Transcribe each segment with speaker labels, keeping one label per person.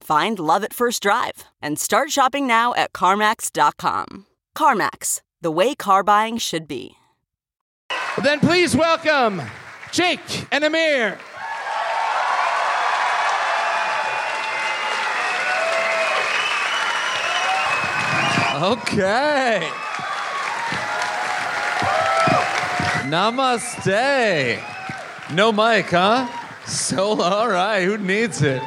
Speaker 1: Find love at first drive and start shopping now at CarMax.com. CarMax, the way car buying should be.
Speaker 2: Then please welcome Jake and Amir. Okay. Namaste. No mic, huh? So, all right, who needs it?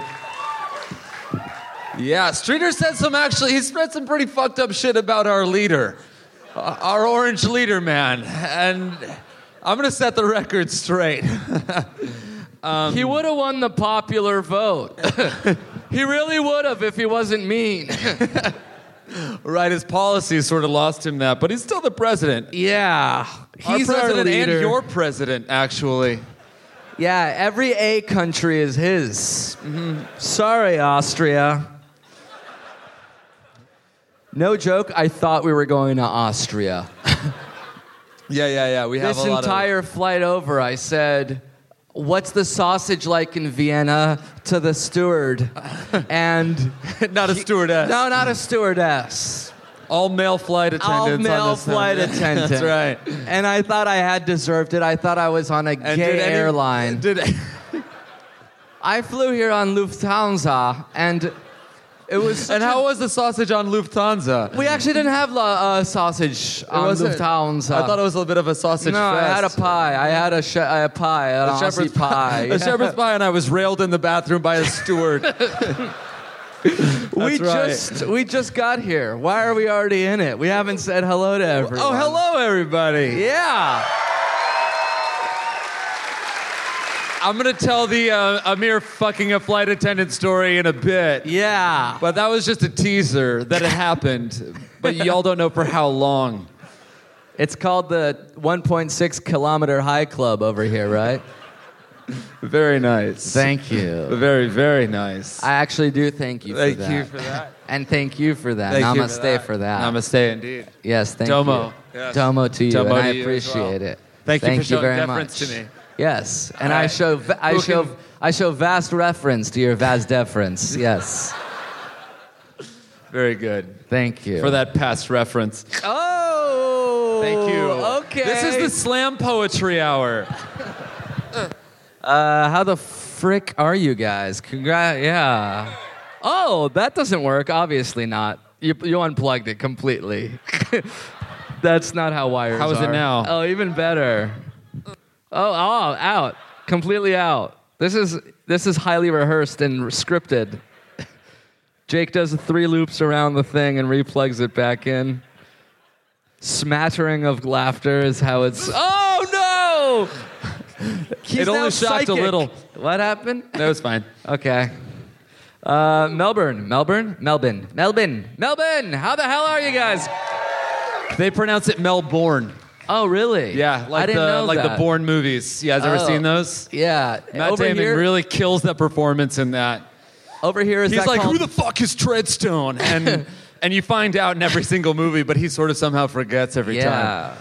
Speaker 2: Yeah, Streeter said some actually, he spread some pretty fucked up shit about our leader, uh, our orange leader, man. And I'm gonna set the record straight.
Speaker 3: He would have won the popular vote. he really would have if he wasn't mean.
Speaker 2: right, his policies sort of lost him that, but he's still the president.
Speaker 3: yeah. He's
Speaker 2: our president
Speaker 3: leader.
Speaker 2: and your president, actually.
Speaker 3: Yeah, every A country is his. Mm-hmm. Sorry, Austria. No joke, I thought we were going to Austria.
Speaker 2: Yeah, yeah, yeah. We have
Speaker 3: this
Speaker 2: a lot
Speaker 3: entire flight over, I said, What's the sausage like in Vienna to the steward? and
Speaker 2: of not a stewardess.
Speaker 3: no, not a stewardess.
Speaker 2: All male flight attendants.
Speaker 3: All
Speaker 2: on
Speaker 3: male
Speaker 2: this thing.
Speaker 3: flight attendant.
Speaker 2: That's right.
Speaker 3: And I thought I had deserved it. I thought I was on a
Speaker 2: And
Speaker 3: gay
Speaker 2: did any-
Speaker 3: airline.
Speaker 2: Did
Speaker 3: I flew here on Lufthansa, and it was.
Speaker 2: and how was the sausage on Lufthansa?
Speaker 3: we actually didn't have la, uh, sausage on
Speaker 2: wasn't-
Speaker 3: Lufthansa.
Speaker 2: I thought it was a little bit of a sausage.
Speaker 3: No, I had a
Speaker 2: fest.
Speaker 3: pie. I had a, she- a pie, an
Speaker 2: A
Speaker 3: Aussie
Speaker 2: shepherd's
Speaker 3: pie.
Speaker 2: a shepherd's pie, and I was railed in the bathroom by a steward.
Speaker 3: we
Speaker 2: That's right.
Speaker 3: just we just got here. Why are we already in it? We haven't said hello to everyone.
Speaker 2: oh, hello, everybody.
Speaker 3: Yeah.
Speaker 2: I'm gonna tell the uh, Amir fucking a flight attendant story in a bit.
Speaker 3: Yeah.
Speaker 2: But that was just a teaser that it happened. But y'all don't know for how long.
Speaker 3: It's called the 1.6 kilometer high club over here, right?
Speaker 2: Very nice.
Speaker 3: Thank you.
Speaker 2: Very, very nice.
Speaker 3: I actually do thank you for
Speaker 2: Thank
Speaker 3: that.
Speaker 2: you for that.
Speaker 3: And thank you for that.
Speaker 2: Thank you
Speaker 3: Namaste for that.
Speaker 2: Namaste, indeed.
Speaker 3: Yes, thank
Speaker 2: Domo.
Speaker 3: you.
Speaker 2: Yes.
Speaker 3: Domo to you.
Speaker 2: Domo
Speaker 3: and
Speaker 2: to
Speaker 3: I
Speaker 2: you as
Speaker 3: appreciate
Speaker 2: well.
Speaker 3: it.
Speaker 2: Thank you for showing
Speaker 3: very
Speaker 2: deference
Speaker 3: much.
Speaker 2: to me.
Speaker 3: Yes, and
Speaker 2: All
Speaker 3: I
Speaker 2: right.
Speaker 3: show v- I
Speaker 2: Who
Speaker 3: show
Speaker 2: can-
Speaker 3: I show vast reference to your vast deference. Yes.
Speaker 2: Very good.
Speaker 3: Thank you.
Speaker 2: For that past reference.
Speaker 3: Oh.
Speaker 2: Thank you.
Speaker 3: Okay.
Speaker 2: This is the slam poetry hour.
Speaker 3: Uh, how the frick are you guys? Congrat. Yeah. Oh, that doesn't work. Obviously not. You, you unplugged it completely. That's not how wires
Speaker 2: How is it
Speaker 3: are.
Speaker 2: now?
Speaker 3: Oh, even better. Oh, oh, out. Completely out. This is this is highly rehearsed and scripted. Jake does three loops around the thing and replugs it back in. Smattering of laughter is how it's. Oh no! He's
Speaker 2: It only
Speaker 3: now
Speaker 2: shocked a
Speaker 3: psychic.
Speaker 2: little.
Speaker 3: What happened?
Speaker 2: That was fine.
Speaker 3: Okay. Uh, Melbourne, Melbourne, Melbourne, Melbourne, Melbourne. How the hell are you guys?
Speaker 2: They pronounce it Melbourne.
Speaker 3: Oh, really?
Speaker 2: Yeah, like
Speaker 3: I didn't
Speaker 2: the
Speaker 3: know
Speaker 2: like the
Speaker 3: that.
Speaker 2: Bourne movies. You guys ever
Speaker 3: Oh.
Speaker 2: seen those?
Speaker 3: Yeah.
Speaker 2: Matt
Speaker 3: over
Speaker 2: Damon
Speaker 3: here,
Speaker 2: really kills that performance in that.
Speaker 3: over here is
Speaker 2: he's
Speaker 3: that
Speaker 2: like,
Speaker 3: called-
Speaker 2: who the fuck is Treadstone? And and you find out in every single movie, but he sort of somehow forgets every time.
Speaker 3: yeah.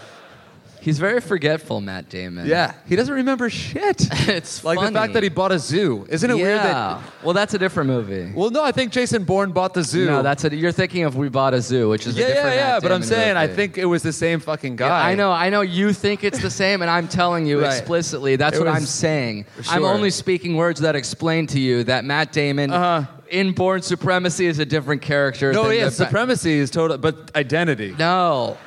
Speaker 3: He's very forgetful, Matt Damon.
Speaker 2: Yeah, he doesn't remember shit.
Speaker 3: It's
Speaker 2: like
Speaker 3: funny.
Speaker 2: the fact that he bought a zoo. Isn't it
Speaker 3: yeah.
Speaker 2: weird that?
Speaker 3: well, that's a different movie.
Speaker 2: Well, no, I think Jason Bourne bought the zoo.
Speaker 3: no, that's a, you're thinking of We Bought a Zoo, which is
Speaker 2: yeah,
Speaker 3: a different.
Speaker 2: yeah, yeah.
Speaker 3: Matt
Speaker 2: But I'm
Speaker 3: Damon
Speaker 2: saying I
Speaker 3: movie.
Speaker 2: think it was the same fucking
Speaker 3: Yeah,
Speaker 2: guy.
Speaker 3: I know, I know you think it's the same, and I'm telling you
Speaker 2: Right.
Speaker 3: explicitly that's
Speaker 2: It
Speaker 3: what
Speaker 2: was-
Speaker 3: I'm saying. I'm
Speaker 2: Sure.
Speaker 3: only speaking words that explain to you that Matt Damon
Speaker 2: Uh-huh.
Speaker 3: in Born Supremacy is a different character.
Speaker 2: No,
Speaker 3: than
Speaker 2: yeah,
Speaker 3: the-
Speaker 2: supremacy is total, but identity.
Speaker 3: No.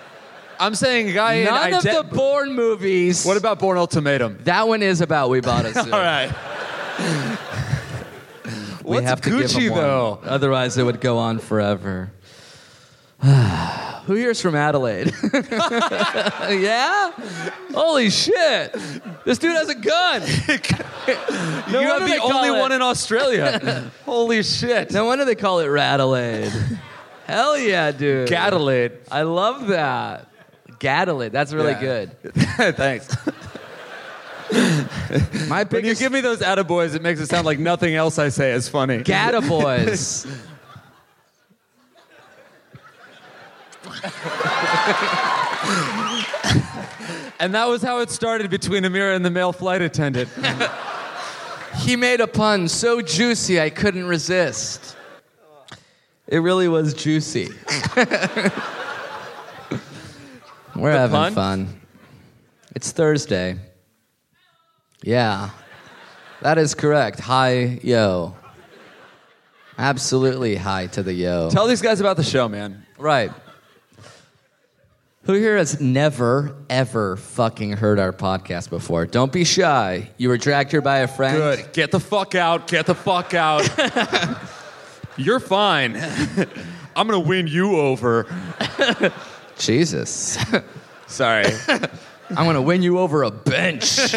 Speaker 2: I'm saying a guy
Speaker 3: None
Speaker 2: in
Speaker 3: of
Speaker 2: ide-
Speaker 3: the Bourne movies.
Speaker 2: What about Born Ultimatum?
Speaker 3: that one? Is about we bought a zoo.
Speaker 2: All right.
Speaker 3: We
Speaker 2: What's
Speaker 3: have to give
Speaker 2: Gucci
Speaker 3: him one.
Speaker 2: though?
Speaker 3: Otherwise, it would go on forever. Who here's from Adelaide? yeah? Holy shit. This dude has a gun. No
Speaker 2: you
Speaker 3: wonder
Speaker 2: have
Speaker 3: they
Speaker 2: the
Speaker 3: call
Speaker 2: only
Speaker 3: it-
Speaker 2: one in Australia. Holy shit.
Speaker 3: No wonder they call it Radelaide. Hell yeah, dude.
Speaker 2: Gadalade.
Speaker 3: I love that. Gadelaide. That's really
Speaker 2: Yeah.
Speaker 3: good.
Speaker 2: Thanks. When
Speaker 3: My
Speaker 2: you
Speaker 3: biggest
Speaker 2: give me those attaboys, it makes it sound like nothing else I say is funny.
Speaker 3: Gada boys.
Speaker 2: and that was how it started between Amira and the male flight attendant.
Speaker 3: He made a pun so juicy I couldn't resist. It really was juicy. We're having
Speaker 2: pun?
Speaker 3: fun. It's Thursday. Yeah. That is correct. Hi, yo. Absolutely hi to the yo.
Speaker 2: Tell these guys about the show, man.
Speaker 3: Right. Who here has never, ever fucking heard our podcast before? Don't be shy. You were dragged here by a friend.
Speaker 2: Good. Get the fuck out. Get the fuck out. You're fine. I'm going to win you over.
Speaker 3: Jesus.
Speaker 2: Sorry.
Speaker 3: I'm gonna win you over a bench.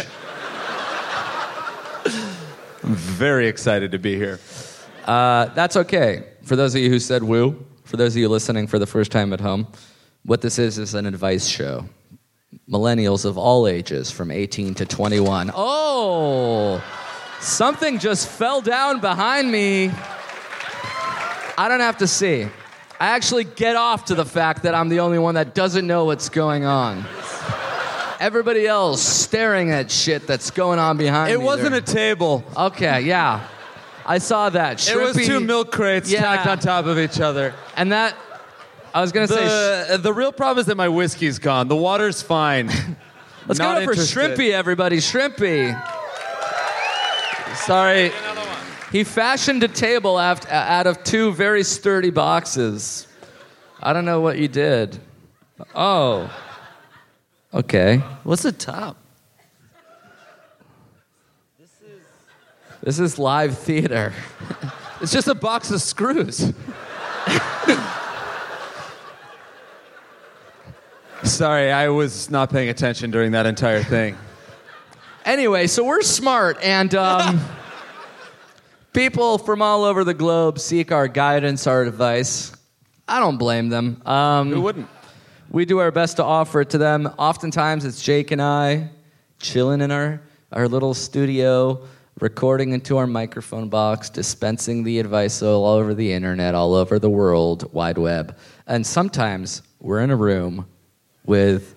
Speaker 2: Very excited to be here.
Speaker 3: Uh, that's okay. For those of you who said woo, for those of you listening for the first time at home, what this is is an advice show. Millennials of all ages, from 18 to 21. Oh, something just fell down behind me. I don't have to see. I actually get off to the fact that I'm the only one that doesn't know what's going on. Everybody else staring at shit that's going on behind
Speaker 2: It
Speaker 3: me.
Speaker 2: wasn't
Speaker 3: They're-
Speaker 2: a table.
Speaker 3: Okay, yeah. I saw that.
Speaker 2: It was
Speaker 3: Shrimpy-
Speaker 2: two milk crates
Speaker 3: Yeah.
Speaker 2: stacked on top of each other.
Speaker 3: And that, I was going to say,
Speaker 2: The, the real problem is that my whiskey's gone. The water's fine.
Speaker 3: let's go
Speaker 2: not
Speaker 3: up for
Speaker 2: interested.
Speaker 3: Shrimpy, everybody. Shrimpy.
Speaker 2: Sorry.
Speaker 3: He fashioned a table aft- out of two very sturdy boxes. I don't know what you did. Oh. Okay. What's the top? This is live theater.
Speaker 2: It's just a box of screws. Sorry, I was not paying attention during that entire thing.
Speaker 3: Anyway, so we're smart, and um, people from all over the globe seek our guidance, our advice. I don't blame them.
Speaker 2: Who
Speaker 3: Um,
Speaker 2: wouldn't?
Speaker 3: we do our best to offer it to them. Oftentimes, it's Jake and I chilling in our, our little studio, recording into our microphone box, dispensing the advice all over the internet, all over the world, wide web. And sometimes we're in a room with.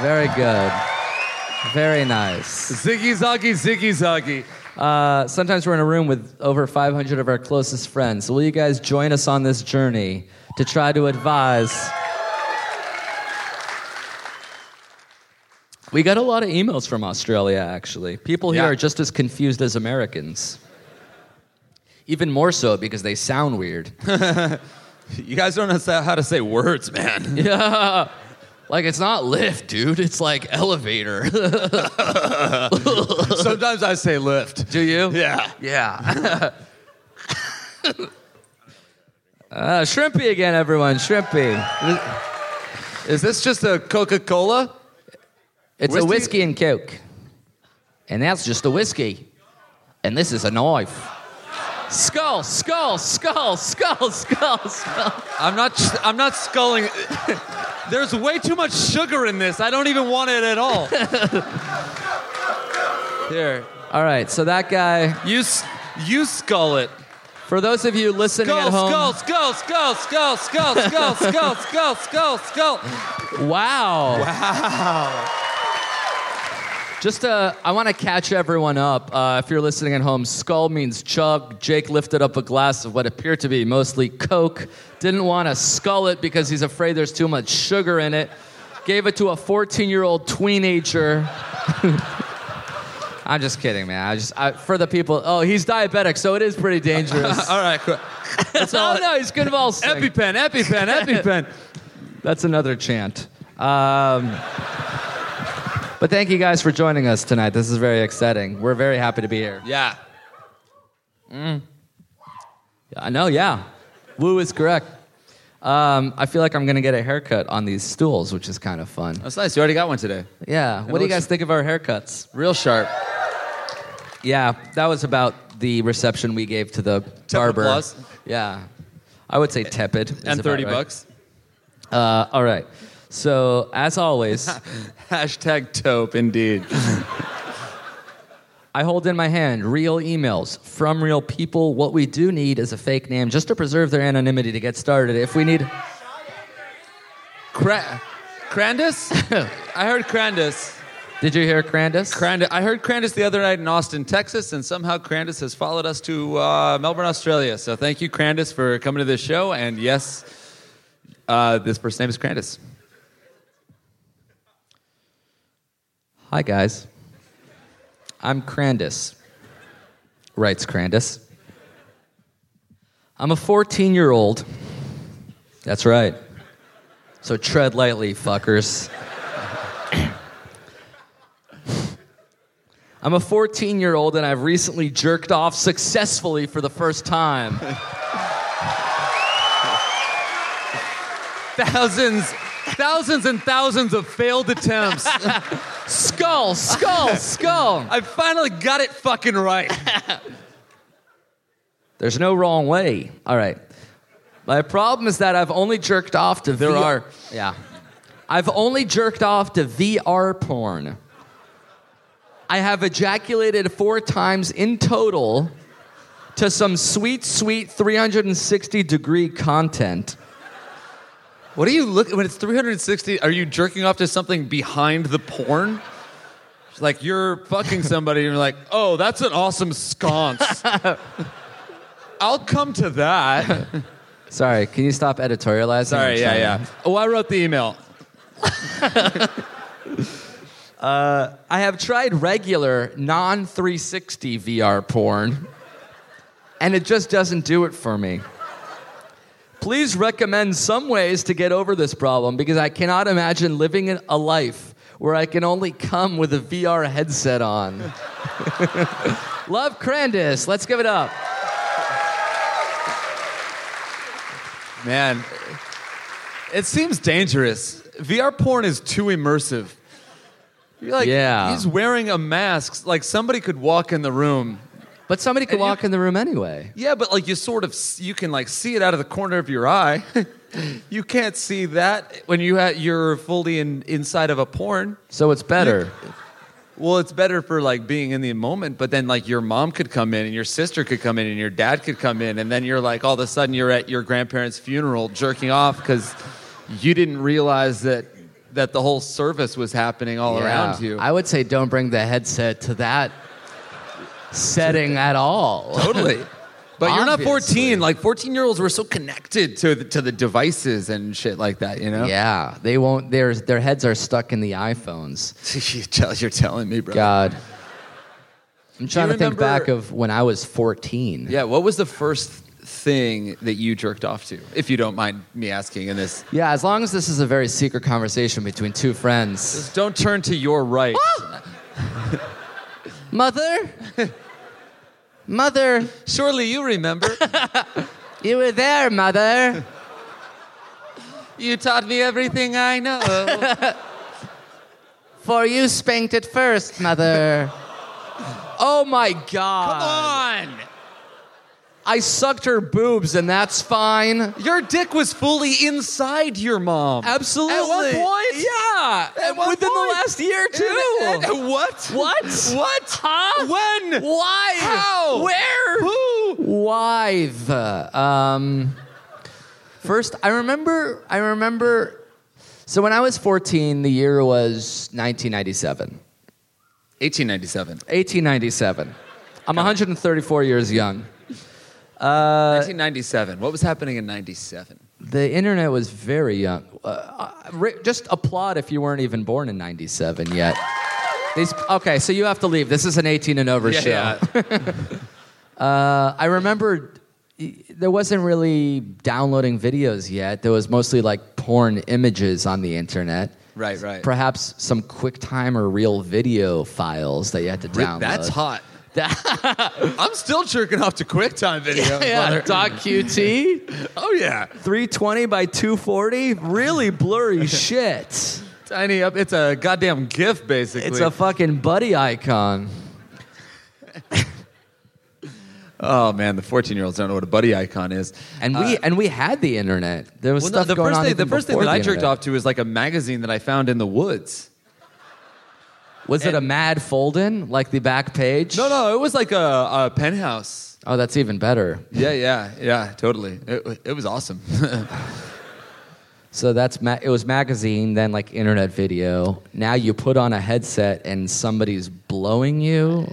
Speaker 3: Very good. Very nice.
Speaker 2: Ziggy zoggy, ziggy zoggy.
Speaker 3: Uh, sometimes we're in a room with over 500 of our closest friends. So will you guys join us on this journey to try to advise? We got a lot of emails from Australia, actually. People here
Speaker 2: Yeah.
Speaker 3: are just as confused as Americans. Even more so because they sound weird.
Speaker 2: You guys don't know how to say words, man.
Speaker 3: yeah. Like, it's not lift, dude. It's like elevator.
Speaker 2: Sometimes I say lift.
Speaker 3: Do you?
Speaker 2: Yeah.
Speaker 3: Yeah. uh, shrimpy again, everyone. Shrimpy.
Speaker 2: Is this just a Coca Cola?
Speaker 3: It's a
Speaker 2: Whiskey-
Speaker 3: whiskey and coke. And that's just a whiskey. And this is a knife. Skull, skull, skull, skull, skull, skull.
Speaker 2: I'm not. I'm not sculling. There's way too much sugar in this. I don't even want it at all. Here,
Speaker 3: All right, so that guy,
Speaker 2: you s- you scull it.
Speaker 3: for those of you listening
Speaker 2: Skull,
Speaker 3: at home.
Speaker 2: skull, skull, skull, skull, skull, skull, skull, skull, skull, skull.
Speaker 3: Wow. Wow. Just uh, I want to catch everyone up. Uh, if you're listening at home, skull means chug. Jake lifted up a glass of what appeared to be mostly Coke. Didn't want to skull it because he's afraid there's too much sugar in it. Gave it to a 14 year old teenager. I'm just kidding, man. I just I, for the people. Oh, he's diabetic, so it is pretty dangerous.
Speaker 2: All right, cool.
Speaker 3: oh no, he's convulsing.
Speaker 2: EpiPen, EpiPen, EpiPen.
Speaker 3: That's another chant. Um, but thank you guys for joining us tonight. This is very exciting. We're very happy to be here.
Speaker 2: Yeah.
Speaker 3: I know, yeah. Woo is correct. Um, I feel like I'm going to get a haircut on these stools, which is kind of fun.
Speaker 2: That's Oh, nice. You already got one today.
Speaker 3: Yeah. What do you
Speaker 2: looks-
Speaker 3: guys think of our haircuts?
Speaker 2: Real sharp.
Speaker 3: Yeah, that was about the reception we gave to the barber.
Speaker 2: applause.
Speaker 3: Yeah. I would say tepid. is
Speaker 2: And
Speaker 3: about
Speaker 2: 30
Speaker 3: right.
Speaker 2: bucks.
Speaker 3: Uh, all right. So, as always,
Speaker 2: Hashtag taupe, indeed.
Speaker 3: I hold in my hand real emails from real people. What we do need is a fake name just to preserve their anonymity to get started. If we need.
Speaker 2: Cra- Crandus? I heard Crandus.
Speaker 3: Did you hear Crandus?
Speaker 2: Crandus. I heard Crandus the other night in Austin, Texas, and somehow Crandus has followed us to uh, Melbourne, Australia. So thank you, Crandus, for coming to this show. And yes, uh, this person's name is Crandus.
Speaker 3: Hi, guys. I'm Crandus, writes Crandus. I'm a 14 year old. That's right. So tread lightly, fuckers. I'm a 14 year old and I've recently jerked off successfully for the first time.
Speaker 2: Thousands, thousands and thousands of failed attempts.
Speaker 3: skull, skull, skull.
Speaker 2: I finally got it fucking right.
Speaker 3: There's no wrong way. All right. My problem is that I've only jerked off to
Speaker 2: There
Speaker 3: VR.
Speaker 2: are.
Speaker 3: Yeah. I've only jerked off to VR porn. I have ejaculated four times in total to some sweet, sweet 360 degree content.
Speaker 2: What are you looking when it's 360? Are you jerking off to something behind the porn? It's Like you're fucking somebody and you're like, oh, that's an awesome sconce. I'll come to that.
Speaker 3: Sorry, can you stop editorializing? I'm
Speaker 2: Sorry, yeah,
Speaker 3: trying-
Speaker 2: yeah. Oh, I wrote the email.
Speaker 3: I have tried regular non 360 VR porn, and it just doesn't do it for me. Please recommend some ways to get over this problem because I cannot imagine living in- a life where I can only come with a VR headset on. Love Crandis. Let's give it up.
Speaker 2: Man, it seems dangerous. VR porn is too immersive. You're like,
Speaker 3: Yeah.
Speaker 2: he's wearing a mask. Like somebody could walk in the room
Speaker 3: But somebody could
Speaker 2: And you-
Speaker 3: walk in the room anyway.
Speaker 2: Yeah, but like you sort of you can like see it out of the corner of your eye. you can't see that when you ha- you're fully in, inside of a porn.
Speaker 3: So it's better.
Speaker 2: Well, it's better for like being in the moment, but then like your mom could come in and your sister could come in and your dad could come in and then you're like all of a sudden you're at your grandparents' funeral jerking off cuz you didn't realize that that the whole service was happening all
Speaker 3: Yeah.
Speaker 2: around you.
Speaker 3: I would say don't bring the headset to that setting at all.
Speaker 2: Totally. But you're not
Speaker 3: Obviously.
Speaker 2: 14. Like 14 year olds were so connected to the, to the devices and shit like that, you know?
Speaker 3: Yeah, they won't. Their their heads are stuck in the iPhones.
Speaker 2: you tell, you're telling me, bro.
Speaker 3: God, I'm trying to think
Speaker 2: remember-
Speaker 3: back of when I was 14.
Speaker 2: Yeah, what was the first thing that you jerked off to, if you don't mind me asking in this?
Speaker 3: Yeah, as long as this is a very secret conversation between two friends.
Speaker 2: Just don't turn to your right.
Speaker 3: Mother, mother,
Speaker 2: Surely you remember.
Speaker 3: you were there, mother.
Speaker 2: you taught me everything I know.
Speaker 3: For you spanked it first, mother. Oh my God!
Speaker 2: on!
Speaker 3: I sucked her boobs, and that's fine.
Speaker 2: Your dick was fully inside your mom.
Speaker 3: Absolutely.
Speaker 2: At one point?
Speaker 3: Yeah.
Speaker 2: At one
Speaker 3: Within
Speaker 2: point.
Speaker 3: the last year, too.
Speaker 2: And- and- what?
Speaker 3: What?
Speaker 2: What?
Speaker 3: Huh?
Speaker 2: When?
Speaker 3: Why?
Speaker 2: How?
Speaker 3: Where?
Speaker 2: Who?
Speaker 3: Why the? Um, first, I remember. I remember. So when I was 14, the year was 1997.
Speaker 2: 1897.
Speaker 3: 1897. I'm 134 years young.
Speaker 2: 1997. Uh, What was happening in 97?
Speaker 3: The internet was very young. Uh, Uh, ri- just applaud if you weren't even born in 97 yet. These, okay, so you have to leave. This is an 18 and over show. I remember there wasn't really downloading videos yet. There was mostly like porn images on the internet.
Speaker 2: Right, right.
Speaker 3: Perhaps some QuickTime or real video files that you had to
Speaker 2: Ri-
Speaker 3: download.
Speaker 2: That's hot. I'm still jerking off to QuickTime videos.
Speaker 3: yeah,
Speaker 2: mother-
Speaker 3: Doc QT,
Speaker 2: Oh yeah,
Speaker 3: 320 by 240, really blurry shit.
Speaker 2: tiny up. It's a goddamn GIF, basically.
Speaker 3: It's a fucking buddy icon.
Speaker 2: oh man, the 14 year olds don't know what a buddy icon is.
Speaker 3: And we and we had the internet. There
Speaker 2: Uh,
Speaker 3: was
Speaker 2: Well, no,
Speaker 3: stuff
Speaker 2: the
Speaker 3: going
Speaker 2: first
Speaker 3: on.
Speaker 2: thing, the
Speaker 3: even
Speaker 2: first thing
Speaker 3: before
Speaker 2: that I
Speaker 3: the
Speaker 2: jerked
Speaker 3: internet.
Speaker 2: off to is like a magazine that I found in the woods.
Speaker 3: was it a mad fold-in, like the back page?
Speaker 2: No, no, it was like a, a penthouse.
Speaker 3: Oh, that's even better.
Speaker 2: Yeah, yeah, yeah, totally. It, it was awesome.
Speaker 3: So that's ma- it was magazine, then like internet video. Now you put on a headset and somebody's blowing you,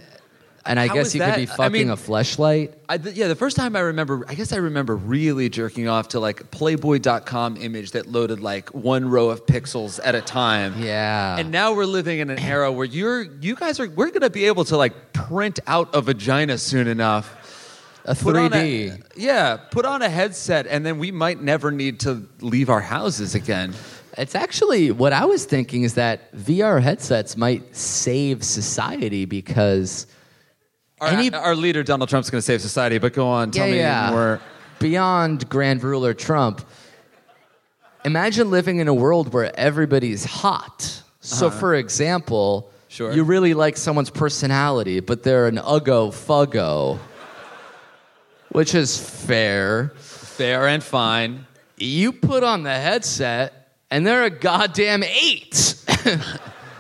Speaker 3: and I
Speaker 2: How
Speaker 3: guess
Speaker 2: is
Speaker 3: you
Speaker 2: that-
Speaker 3: could be
Speaker 2: I
Speaker 3: fucking
Speaker 2: mean-
Speaker 3: a fleshlight.
Speaker 2: I, th- yeah, the first time I remember, I guess I remember really jerking off to like Playboy.com image that loaded like one row of pixels at a time.
Speaker 3: Yeah.
Speaker 2: And now we're living in an era where you're, you guys are, we're gonna be able to like print out a vagina soon enough.
Speaker 3: A
Speaker 2: Put on a-
Speaker 3: 3D.
Speaker 2: yeah, put on a headset, and then we might never need to leave our houses again.
Speaker 3: It's actually what I was thinking is that VR headsets might save society because
Speaker 2: Our,
Speaker 3: Any-
Speaker 2: our leader Donald Trump's gonna save society, but go on, tell me more.
Speaker 3: beyond Grand Ruler Trump. Imagine living in a world where everybody's hot. So, for example,
Speaker 2: Sure.
Speaker 3: you really like someone's personality, but they're an uggo fuggo, which is fair.
Speaker 2: Fair and fine.
Speaker 3: You put on the headset, and they're a goddamn eight.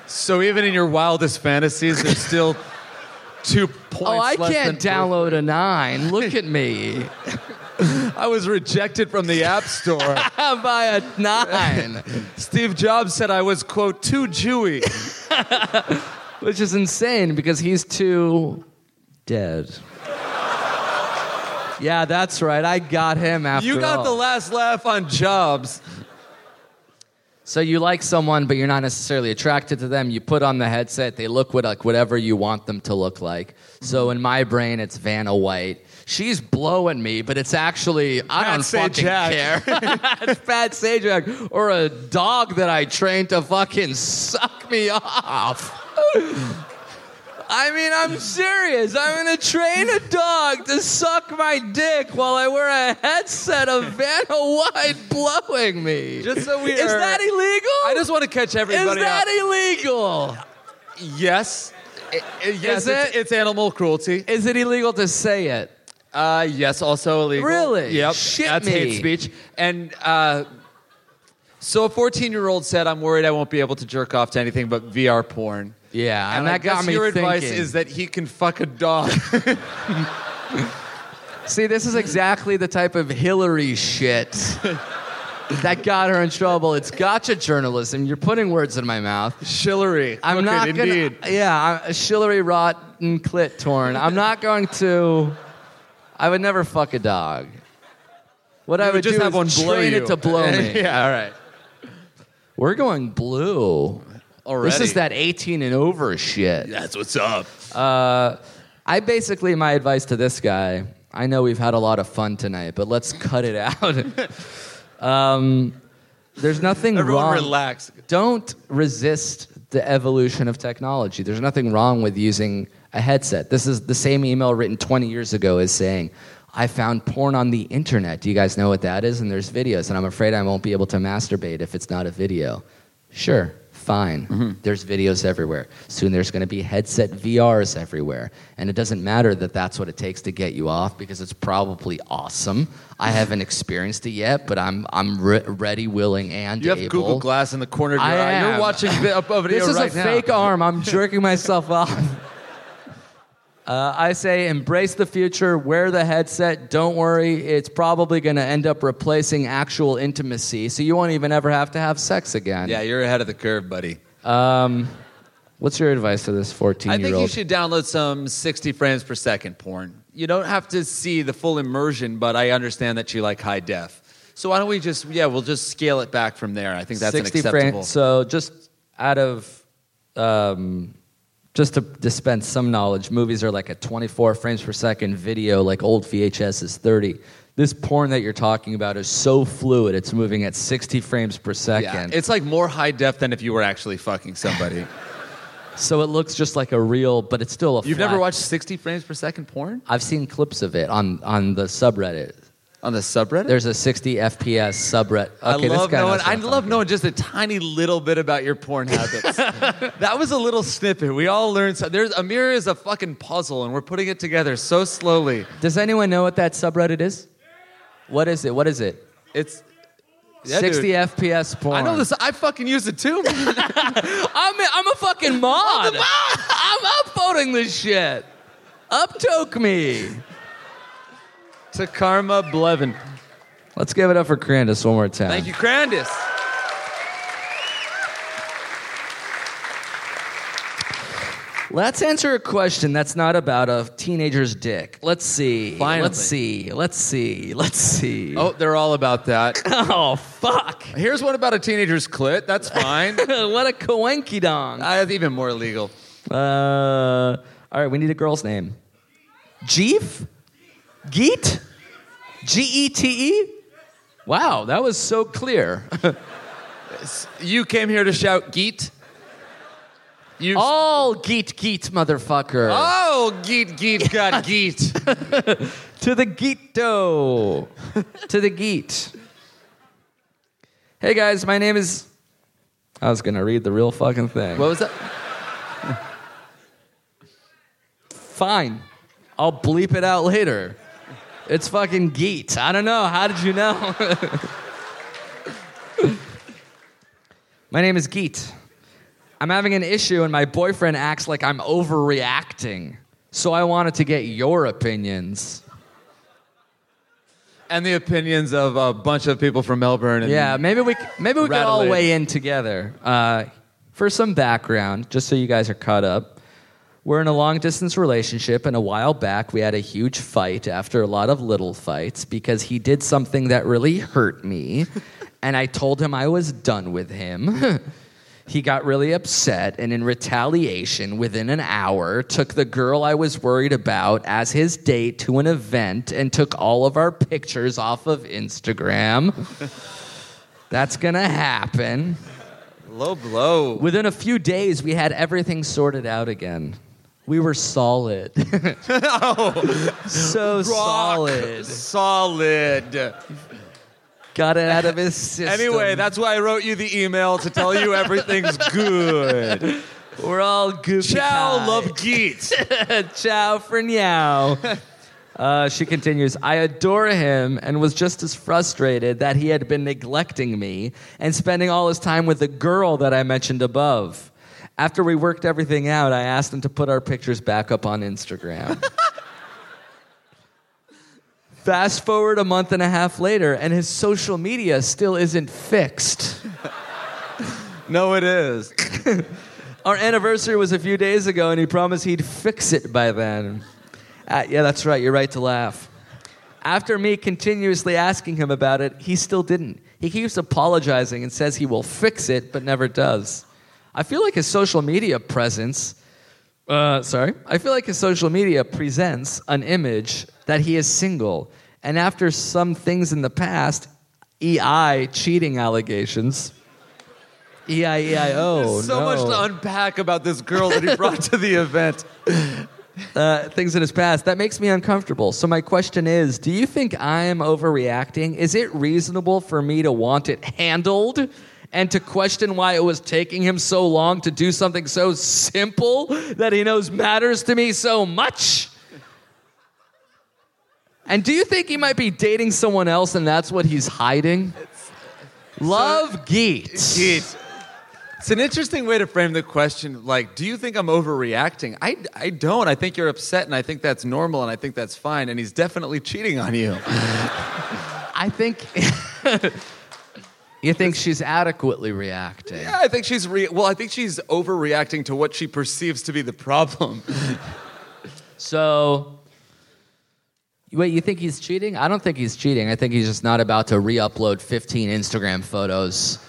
Speaker 2: So even in your wildest fantasies, there's still two points.
Speaker 3: oh, I
Speaker 2: less
Speaker 3: can't
Speaker 2: than-
Speaker 3: download a nine. Look at me.
Speaker 2: I was rejected from the App Store.
Speaker 3: By a nine,
Speaker 2: Steve Jobs said I was quote too Jewy.
Speaker 3: which is insane because he's too dead. Yeah, that's right. I got him after
Speaker 2: you got
Speaker 3: all.
Speaker 2: the last laugh on Jobs.
Speaker 3: so you like someone, but you're not necessarily attracted to them. You put on the headset. They look what, like whatever you want them to look like. So in my brain, it's Vanna White. She's blowing me, but it's actually I
Speaker 2: Pat
Speaker 3: don't fucking
Speaker 2: Sajak.
Speaker 3: care. it's Pat Sajak or a dog that I trained to fucking suck me off. I mean, I'm serious. I'm gonna train a dog to suck my dick while I wear a headset of Vanna White blowing me.
Speaker 2: Just so we
Speaker 3: is
Speaker 2: are-
Speaker 3: that illegal?
Speaker 2: I just want to catch everybody
Speaker 3: Is that
Speaker 2: up.
Speaker 3: illegal?
Speaker 2: yes. I- I- yes,
Speaker 3: Is
Speaker 2: it's,
Speaker 3: it?
Speaker 2: it's animal cruelty.
Speaker 3: Is it illegal to say it?
Speaker 2: Uh, yes, also illegal.
Speaker 3: Really?
Speaker 2: Yep.
Speaker 3: Shit
Speaker 2: That's
Speaker 3: me.
Speaker 2: hate speech. And uh, so a 14 year old said, I'm worried I won't be able to jerk off to anything but VR porn.
Speaker 3: Yeah, and,
Speaker 2: I
Speaker 3: that got
Speaker 2: guess
Speaker 3: me
Speaker 2: your
Speaker 3: thinking.
Speaker 2: advice is that he can fuck a dog.
Speaker 3: See, this is exactly the type of Hillary shit that got her in trouble. It's gotcha journalism. You're putting words in my mouth.
Speaker 2: Shillery.
Speaker 3: I'm
Speaker 2: Look
Speaker 3: not
Speaker 2: it,
Speaker 3: gonna.
Speaker 2: indeed.
Speaker 3: Yeah, I'm, Shillery rotten clit torn. I'm not going to. I would never fuck a dog. What I
Speaker 2: You
Speaker 3: would
Speaker 2: just
Speaker 3: do
Speaker 2: have
Speaker 3: is
Speaker 2: one blow
Speaker 3: train
Speaker 2: you.
Speaker 3: it to blow me.
Speaker 2: yeah, all right.
Speaker 3: We're going blue. This
Speaker 2: Already.
Speaker 3: is that 18 and over shit.
Speaker 2: That's what's up.
Speaker 3: I basically, my advice to this guy I know we've had a lot of fun tonight, but let's cut it out. um, there's nothing
Speaker 2: Everyone
Speaker 3: wrong.
Speaker 2: relax.
Speaker 3: Don't resist the evolution of technology. There's nothing wrong with using a headset. This is the same email written 20 years ago as saying, I found porn on the internet. Do you guys know what that is? And there's videos, and I'm afraid I won't be able to masturbate if it's not a video. Sure, fine.
Speaker 2: Mm-hmm.
Speaker 3: There's videos everywhere. Soon there's going to be headset VRs everywhere. And it doesn't matter that that's what it takes to get you off because it's probably awesome. I haven't experienced it yet, but I'm, I'm re- ready, willing, and
Speaker 2: You have
Speaker 3: able.
Speaker 2: Google Glass in the corner of your
Speaker 3: I
Speaker 2: eye. You're
Speaker 3: am.
Speaker 2: watching vi- a a video
Speaker 3: This is
Speaker 2: right
Speaker 3: a
Speaker 2: now.
Speaker 3: fake arm. I'm jerking myself off. Uh, I say embrace the future, wear the headset, don't worry, it's probably going to end up replacing actual intimacy, so you won't even ever have to have sex again. Um,
Speaker 2: Yeah, you're ahead of the curve, buddy.
Speaker 3: What's your advice to this 14
Speaker 2: I
Speaker 3: year
Speaker 2: think
Speaker 3: old?
Speaker 2: you should download some 60 frames per second porn. You don't have to see the full immersion, but I understand that you like high def. So why don't we just, yeah, we'll just scale it back from there. I think that's an acceptable.
Speaker 3: frames. So just out of um, just to dispense some knowledge, movies are like a 24 frames per second video, like old VHS is 30. This porn that you're talking about is so fluid, it's moving at 60 frames per second.
Speaker 2: It's like more high def than if you were actually fucking somebody.
Speaker 3: so it looks just like a real, but it's still a
Speaker 2: You've
Speaker 3: flat-
Speaker 2: never watched 60 frames per second porn
Speaker 3: I've seen clips of it on, on the subreddit.
Speaker 2: on the subreddit?
Speaker 3: There's a 60 FPS subreddit. Okay,
Speaker 2: I
Speaker 3: this
Speaker 2: love
Speaker 3: guy knows
Speaker 2: knowing.
Speaker 3: what
Speaker 2: I
Speaker 3: I'm
Speaker 2: love
Speaker 3: talking
Speaker 2: knowing just a tiny little bit about your porn habits. that was a little snippet. We all learned. So, there's Amir is a fucking puzzle, and we're putting it together so slowly.
Speaker 3: about. Does anyone know what that subreddit is? What is it? What is it?
Speaker 2: It's Yeah,
Speaker 3: 60
Speaker 2: dude.
Speaker 3: FPS porn.
Speaker 2: I know this. I fucking use it too. man.
Speaker 3: I'm a, I'm a fucking mod. I'm upvoting this shit. Uptoke me.
Speaker 2: to Karma Blevin.
Speaker 3: Let's give it up for Crandis one more time.
Speaker 2: Thank you, Crandis.
Speaker 3: Let's answer a question that's not about a teenager's dick. Let's see.
Speaker 2: Finally.
Speaker 3: Let's see. Let's see. Let's see.
Speaker 2: Oh, they're all about that.
Speaker 3: Oh, fuck.
Speaker 2: Here's one about a teenager's clit. That's fine.
Speaker 3: what a coenky dong.
Speaker 2: Uh, That's even more illegal.
Speaker 3: Uh, all right, we need a girl's name. Jeef? Geet? G E T E? Wow, that was so clear.
Speaker 2: You came here to shout geet. You
Speaker 3: All Ah! geet geet, motherfucker.
Speaker 2: oh geet geet got geet.
Speaker 3: To the geeto. to the geet. Hey guys, my name is. I was gonna read the real fucking thing.
Speaker 2: What was that?
Speaker 3: fine. I'll bleep it out later. It's fucking geet. I don't know. How did you know? my name is Geet. I'm having an issue, and my boyfriend acts like I'm overreacting. So I wanted to get your opinions.
Speaker 2: And the opinions of a bunch of people from Melbourne. And
Speaker 3: Yeah, maybe we maybe we could
Speaker 2: Rattle
Speaker 3: all
Speaker 2: it.
Speaker 3: weigh in together. Uh, for some background, just so you guys are caught up, we're in a long distance relationship, and a while back we had a huge fight after a lot of little fights because he did something that really hurt me, and I told him I was done with him. he got really upset and in retaliation within an hour took the girl i was worried about as his date to an event and took all of our pictures off of instagram that's gonna happen
Speaker 2: Low blow.
Speaker 3: within a few days we had everything sorted out again we were solid
Speaker 2: Oh.
Speaker 3: so solid
Speaker 2: Solid.
Speaker 3: got it out of his system
Speaker 2: Anyway, that's why I wrote you the email to tell you everything's good.
Speaker 3: we're all goofy
Speaker 2: Ciao,
Speaker 3: guys.
Speaker 2: love geet.
Speaker 3: Ciao for now. Uh, she continues, I adore him and was just as frustrated that he had been neglecting me and spending all his time with the girl that I mentioned above. After we worked everything out, I asked him to put our pictures back up on Instagram. Fast forward a month and a half later, and his social media still isn't fixed.
Speaker 2: No, it is.
Speaker 3: Our anniversary was a few days ago, and he promised he'd fix it by then. Uh, yeah, that's right. You're right to laugh. After me continuously asking him about it, he still didn't. He keeps apologizing and says he will fix it, but never does. I feel like his social media presence. Uh, sorry. I feel like his social media presents an image that he is single, and after some things in the past, EI cheating allegations. E EIEIO.
Speaker 2: There's so
Speaker 3: no.
Speaker 2: much to unpack about this girl that he brought to the event.
Speaker 3: uh, things in his past. That makes me uncomfortable. So my question is, do you think I'm overreacting? Is it reasonable for me to want it handled and to question why it was taking him so long to do something so simple that he knows matters to me so much? And do you think he might be dating someone else and that's what he's hiding? Love geet.
Speaker 2: Geet. It's an interesting way to frame the question. Like, do you think I'm overreacting? I, I don't. I think you're upset, and I think that's normal, and I think that's fine. And he's definitely cheating on you.
Speaker 3: I think you think she's adequately reacting.
Speaker 2: Yeah, I think she's re- well. I think she's overreacting to what she perceives to be the problem.
Speaker 3: So, wait, you think he's cheating? I don't think he's cheating. I think he's just not about to re upload 15 Instagram photos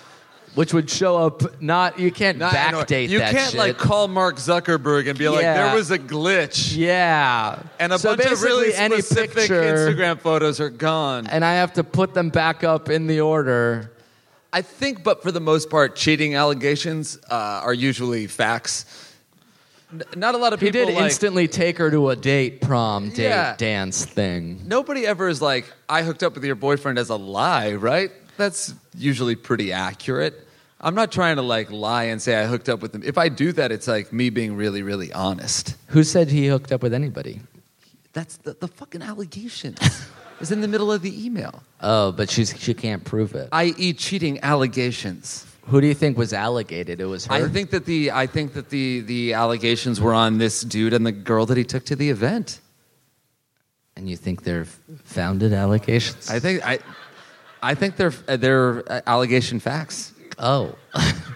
Speaker 3: which would show up. Not you can't
Speaker 2: Not in order.
Speaker 3: backdate
Speaker 2: You
Speaker 3: that
Speaker 2: can't
Speaker 3: shit.
Speaker 2: like call Mark Zuckerberg and be like,
Speaker 3: Yeah.
Speaker 2: there was a glitch.
Speaker 3: yeah,
Speaker 2: And a
Speaker 3: so
Speaker 2: bunch of really
Speaker 3: basically any
Speaker 2: specific
Speaker 3: picture,
Speaker 2: Instagram photos are gone.
Speaker 3: and I have to put them back up in the order.
Speaker 2: I think, but for the most part, cheating allegations uh, are usually facts. N- not a lot of
Speaker 3: He
Speaker 2: people
Speaker 3: did
Speaker 2: like,
Speaker 3: instantly take her to a date prom date
Speaker 2: Yeah.
Speaker 3: dance thing.
Speaker 2: Nobody ever is like, I hooked up with your boyfriend as a lie, right? That's usually pretty accurate. I'm not trying to like lie and say I hooked up with him. If I do that, it's like me being really, really honest.
Speaker 3: Who said he hooked up with anybody?
Speaker 2: That's the, the fucking allegations. is in the middle of the email,
Speaker 3: Oh, but she's she can't prove it.
Speaker 2: i.e., cheating allegations.
Speaker 3: Who do you think was allocated? It was her.
Speaker 2: I think that the I think that the the allegations were on this dude and the girl that he took to the event.
Speaker 3: and you think they're f- founded allegations?
Speaker 2: I think I I think they're they're uh, allegation facts.
Speaker 3: oh,
Speaker 2: I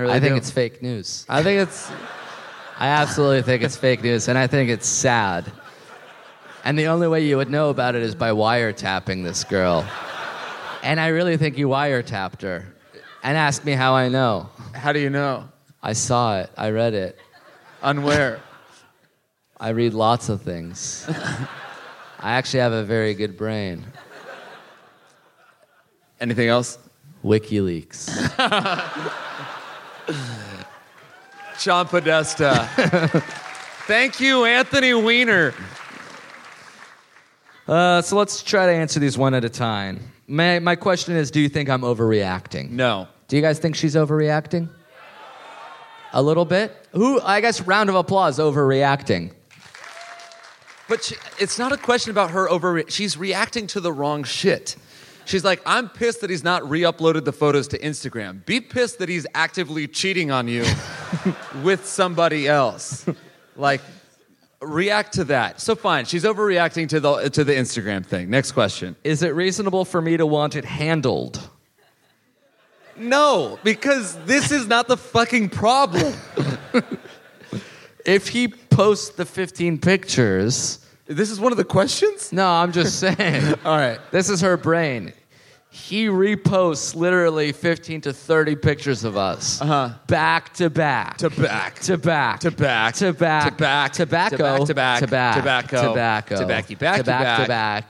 Speaker 2: really
Speaker 3: I think
Speaker 2: do.
Speaker 3: it's fake news.
Speaker 2: I think it's
Speaker 3: I absolutely think it's fake news, and I think it's sad. And the only way you would know about it is by wiretapping this girl. And I really think you wiretapped her. And asked me how I know.
Speaker 2: how do you know?
Speaker 3: I saw it. I read it.
Speaker 2: Unaware.
Speaker 3: I read lots of things. I actually have a very good brain.
Speaker 2: Anything else?
Speaker 3: WikiLeaks.
Speaker 2: Sean Podesta. Thank you, Anthony Weiner.
Speaker 3: Uh, so let's try to answer these one at a time. My, my question is Do you think I'm overreacting?
Speaker 2: No.
Speaker 3: Do you guys think she's overreacting? A little bit? Who, I guess, round of applause, overreacting.
Speaker 2: But she, it's not a question about her over. She's reacting to the wrong shit. She's like, I'm pissed that he's not re uploaded the photos to Instagram. Be pissed that he's actively cheating on you with somebody else. Like, react to that. So, fine. She's overreacting to the, to the Instagram thing. Next question.
Speaker 3: Is it reasonable for me to want it handled?
Speaker 2: No, because this is not the fucking problem.
Speaker 3: If he posts the 15 pictures.
Speaker 2: This is one of the questions?
Speaker 3: No, I'm just saying.
Speaker 2: All right.
Speaker 3: This is her brain. He reposts literally 15 to 30 pictures of us. Uh-huh. Back to back.
Speaker 2: To back.
Speaker 3: To back.
Speaker 2: To back.
Speaker 3: To back.
Speaker 2: To back.
Speaker 3: Tobacco.
Speaker 2: To back. To back.
Speaker 3: Tobacco.
Speaker 2: Tobacco.
Speaker 3: Tobacco.
Speaker 2: Tobacky. Back to
Speaker 3: Tobac-
Speaker 2: back.
Speaker 3: tobac.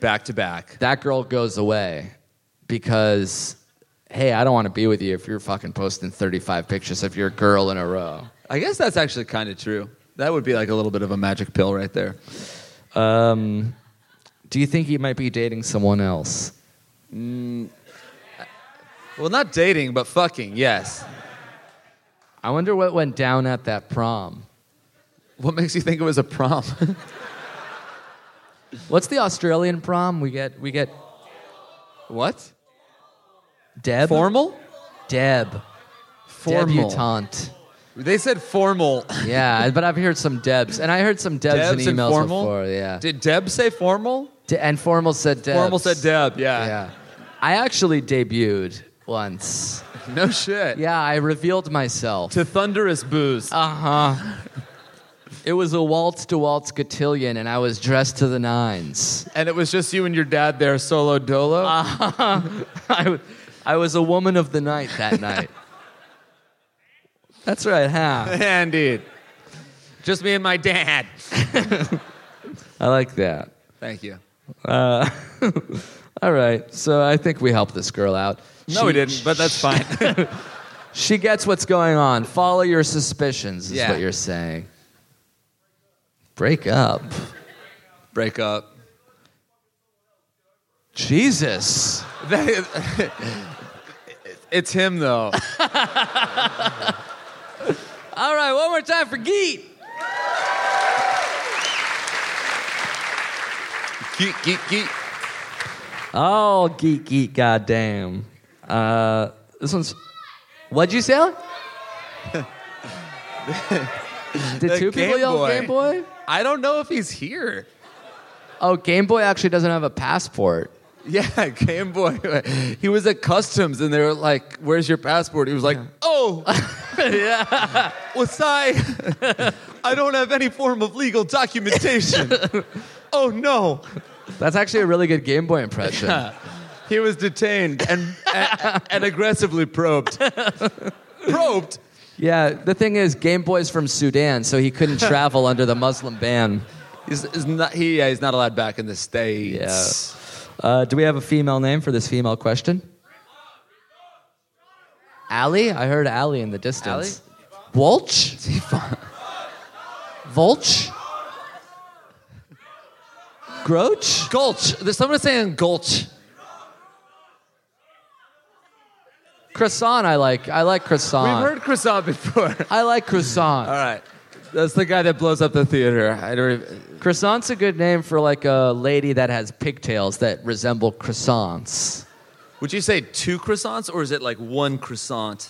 Speaker 2: Back to back.
Speaker 3: That girl goes away because, hey, I don't want to be with you if you're fucking posting 35 pictures of your girl in a row.
Speaker 2: I guess that's actually kind of true. That would be like a little bit of a magic pill right there.
Speaker 3: Um, do you think he might be dating someone else?
Speaker 2: Well, not dating, but fucking, yes.
Speaker 3: I wonder what went down at that prom.
Speaker 2: What makes you think it was a prom?
Speaker 3: What's the Australian prom? We get we get
Speaker 2: what?
Speaker 3: Deb.
Speaker 2: Formal?
Speaker 3: Deb.
Speaker 2: Formal.
Speaker 3: Debutante.
Speaker 2: They said formal.
Speaker 3: Yeah, but I've heard some Debs, and I heard some Debs,
Speaker 2: Deb's
Speaker 3: in
Speaker 2: and
Speaker 3: emails
Speaker 2: formal?
Speaker 3: before. Yeah,
Speaker 2: Did Deb say formal?
Speaker 3: De- and formal said Debs.
Speaker 2: Formal said Deb, yeah.
Speaker 3: Yeah, I actually debuted once.
Speaker 2: No shit.
Speaker 3: Yeah, Uh- I revealed myself.
Speaker 2: To thunderous booze.
Speaker 3: Uh-huh. It was a waltz to waltz cotillion, and I was dressed to the nines.
Speaker 2: and it was just you and your dad there, solo dolo.
Speaker 3: I, w- I was a woman of the night that night. That's right, huh?
Speaker 2: yeah, indeed. Just me and my dad.
Speaker 3: I like that.
Speaker 2: Thank you.
Speaker 3: All right, so I think we helped this girl out.
Speaker 2: No,
Speaker 3: She-
Speaker 2: we didn't, but that's fine.
Speaker 3: She gets what's going on. Follow your suspicions, is
Speaker 2: Yeah.
Speaker 3: what you're saying. Break up.
Speaker 2: Break up.
Speaker 3: Jesus.
Speaker 2: That is, it's him, though.
Speaker 3: All right, one more time for Geet.
Speaker 2: geek, geek, geek.
Speaker 3: Oh, Geet, Geet, goddamn. Uh, this one's. What'd you say? Did
Speaker 2: The
Speaker 3: two people
Speaker 2: Game
Speaker 3: yell
Speaker 2: Boy.
Speaker 3: Game Boy?
Speaker 2: I don't know if he's here.
Speaker 3: Oh, Game Boy actually doesn't have a passport.
Speaker 2: Yeah, Game Boy. He was at customs and they were like, Where's your passport? He was like, Oh, What's I? I don't have any form of legal documentation. oh, no.
Speaker 3: That's actually a really good Game Boy impression.
Speaker 2: He was detained and, and, and aggressively probed. probed?
Speaker 3: Yeah, the thing is, Game Boy's from Sudan, so he couldn't travel under the Muslim ban.
Speaker 2: He's, he's not, he, yeah, he's not allowed back in the States.
Speaker 3: Uh, do we have a female name for this female question? Allie? I heard Allie in the distance. Walch? Volch? Groach?
Speaker 2: Gulch. There's someone saying gulch.
Speaker 3: Croissant, I like. I like croissant.
Speaker 2: We've heard croissant before.
Speaker 3: I like croissant.
Speaker 2: All right. That's the guy that blows up the theater. I don't even-
Speaker 3: Croissant's a good name for like a lady that has pigtails that resemble croissants.
Speaker 2: Would you say two croissants or is it like one croissant?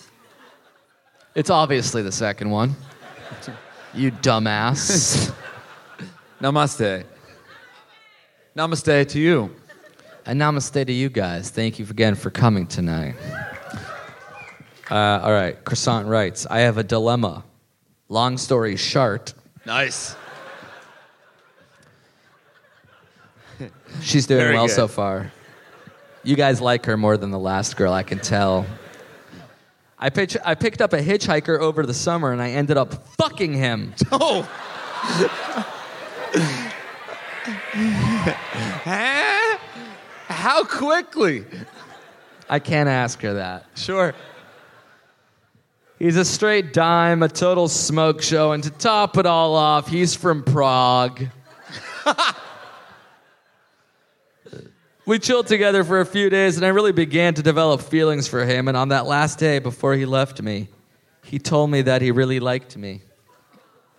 Speaker 3: It's obviously the second one. You dumbass.
Speaker 2: Namaste. Namaste to you.
Speaker 3: and namaste to you guys. Thank you again for coming tonight. Uh, all right, Croissant writes I have a dilemma. Long story short,
Speaker 2: Nice.
Speaker 3: she's doing
Speaker 2: Very
Speaker 3: well
Speaker 2: good.
Speaker 3: so far. You guys like her more than the last girl, I can tell. I, pitch, I picked up a hitchhiker over the summer and I ended up fucking him.
Speaker 2: Oh. huh? How quickly?
Speaker 3: I can't ask her that.
Speaker 2: Sure.
Speaker 3: He's a straight dime, a total smoke show, and to top it all off, he's from Prague. we chilled together for a few days, and I really began to develop feelings for him. And on that last day before he left me, he told me that he really liked me.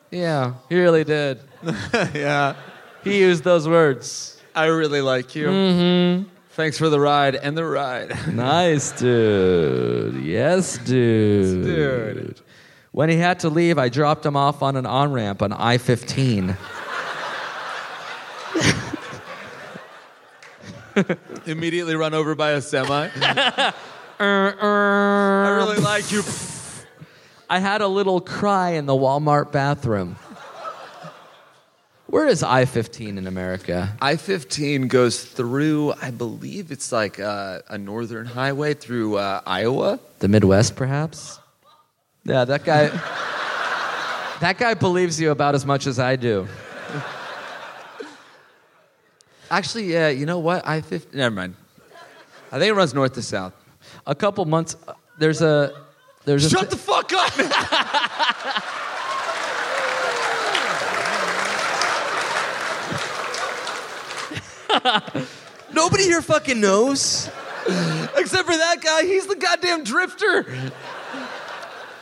Speaker 3: Yeah, he really did.
Speaker 2: Yeah.
Speaker 3: He used those words.
Speaker 2: I really like you. Mm-hmm. Thanks for the ride and the ride.
Speaker 3: Nice, dude. Yes, dude.
Speaker 2: Dude.
Speaker 3: When he had to leave, I dropped him off on an on ramp on I 15.
Speaker 2: Immediately run over by a semi. I really like you.
Speaker 3: I had a little cry in the Walmart bathroom. Where is I 15 in America?
Speaker 2: I 15 goes through, I believe it's like uh, a northern highway through uh, Iowa.
Speaker 3: The Midwest, perhaps? Yeah, that guy. that guy believes you about as much as I do.
Speaker 2: Actually, yeah, you know what? I 15, never mind. I think it runs north to south.
Speaker 3: A couple months, uh, there's a. There's a
Speaker 2: Shut the fuck up!
Speaker 3: Nobody here fucking knows.
Speaker 2: Except for that guy, he's the goddamn drifter.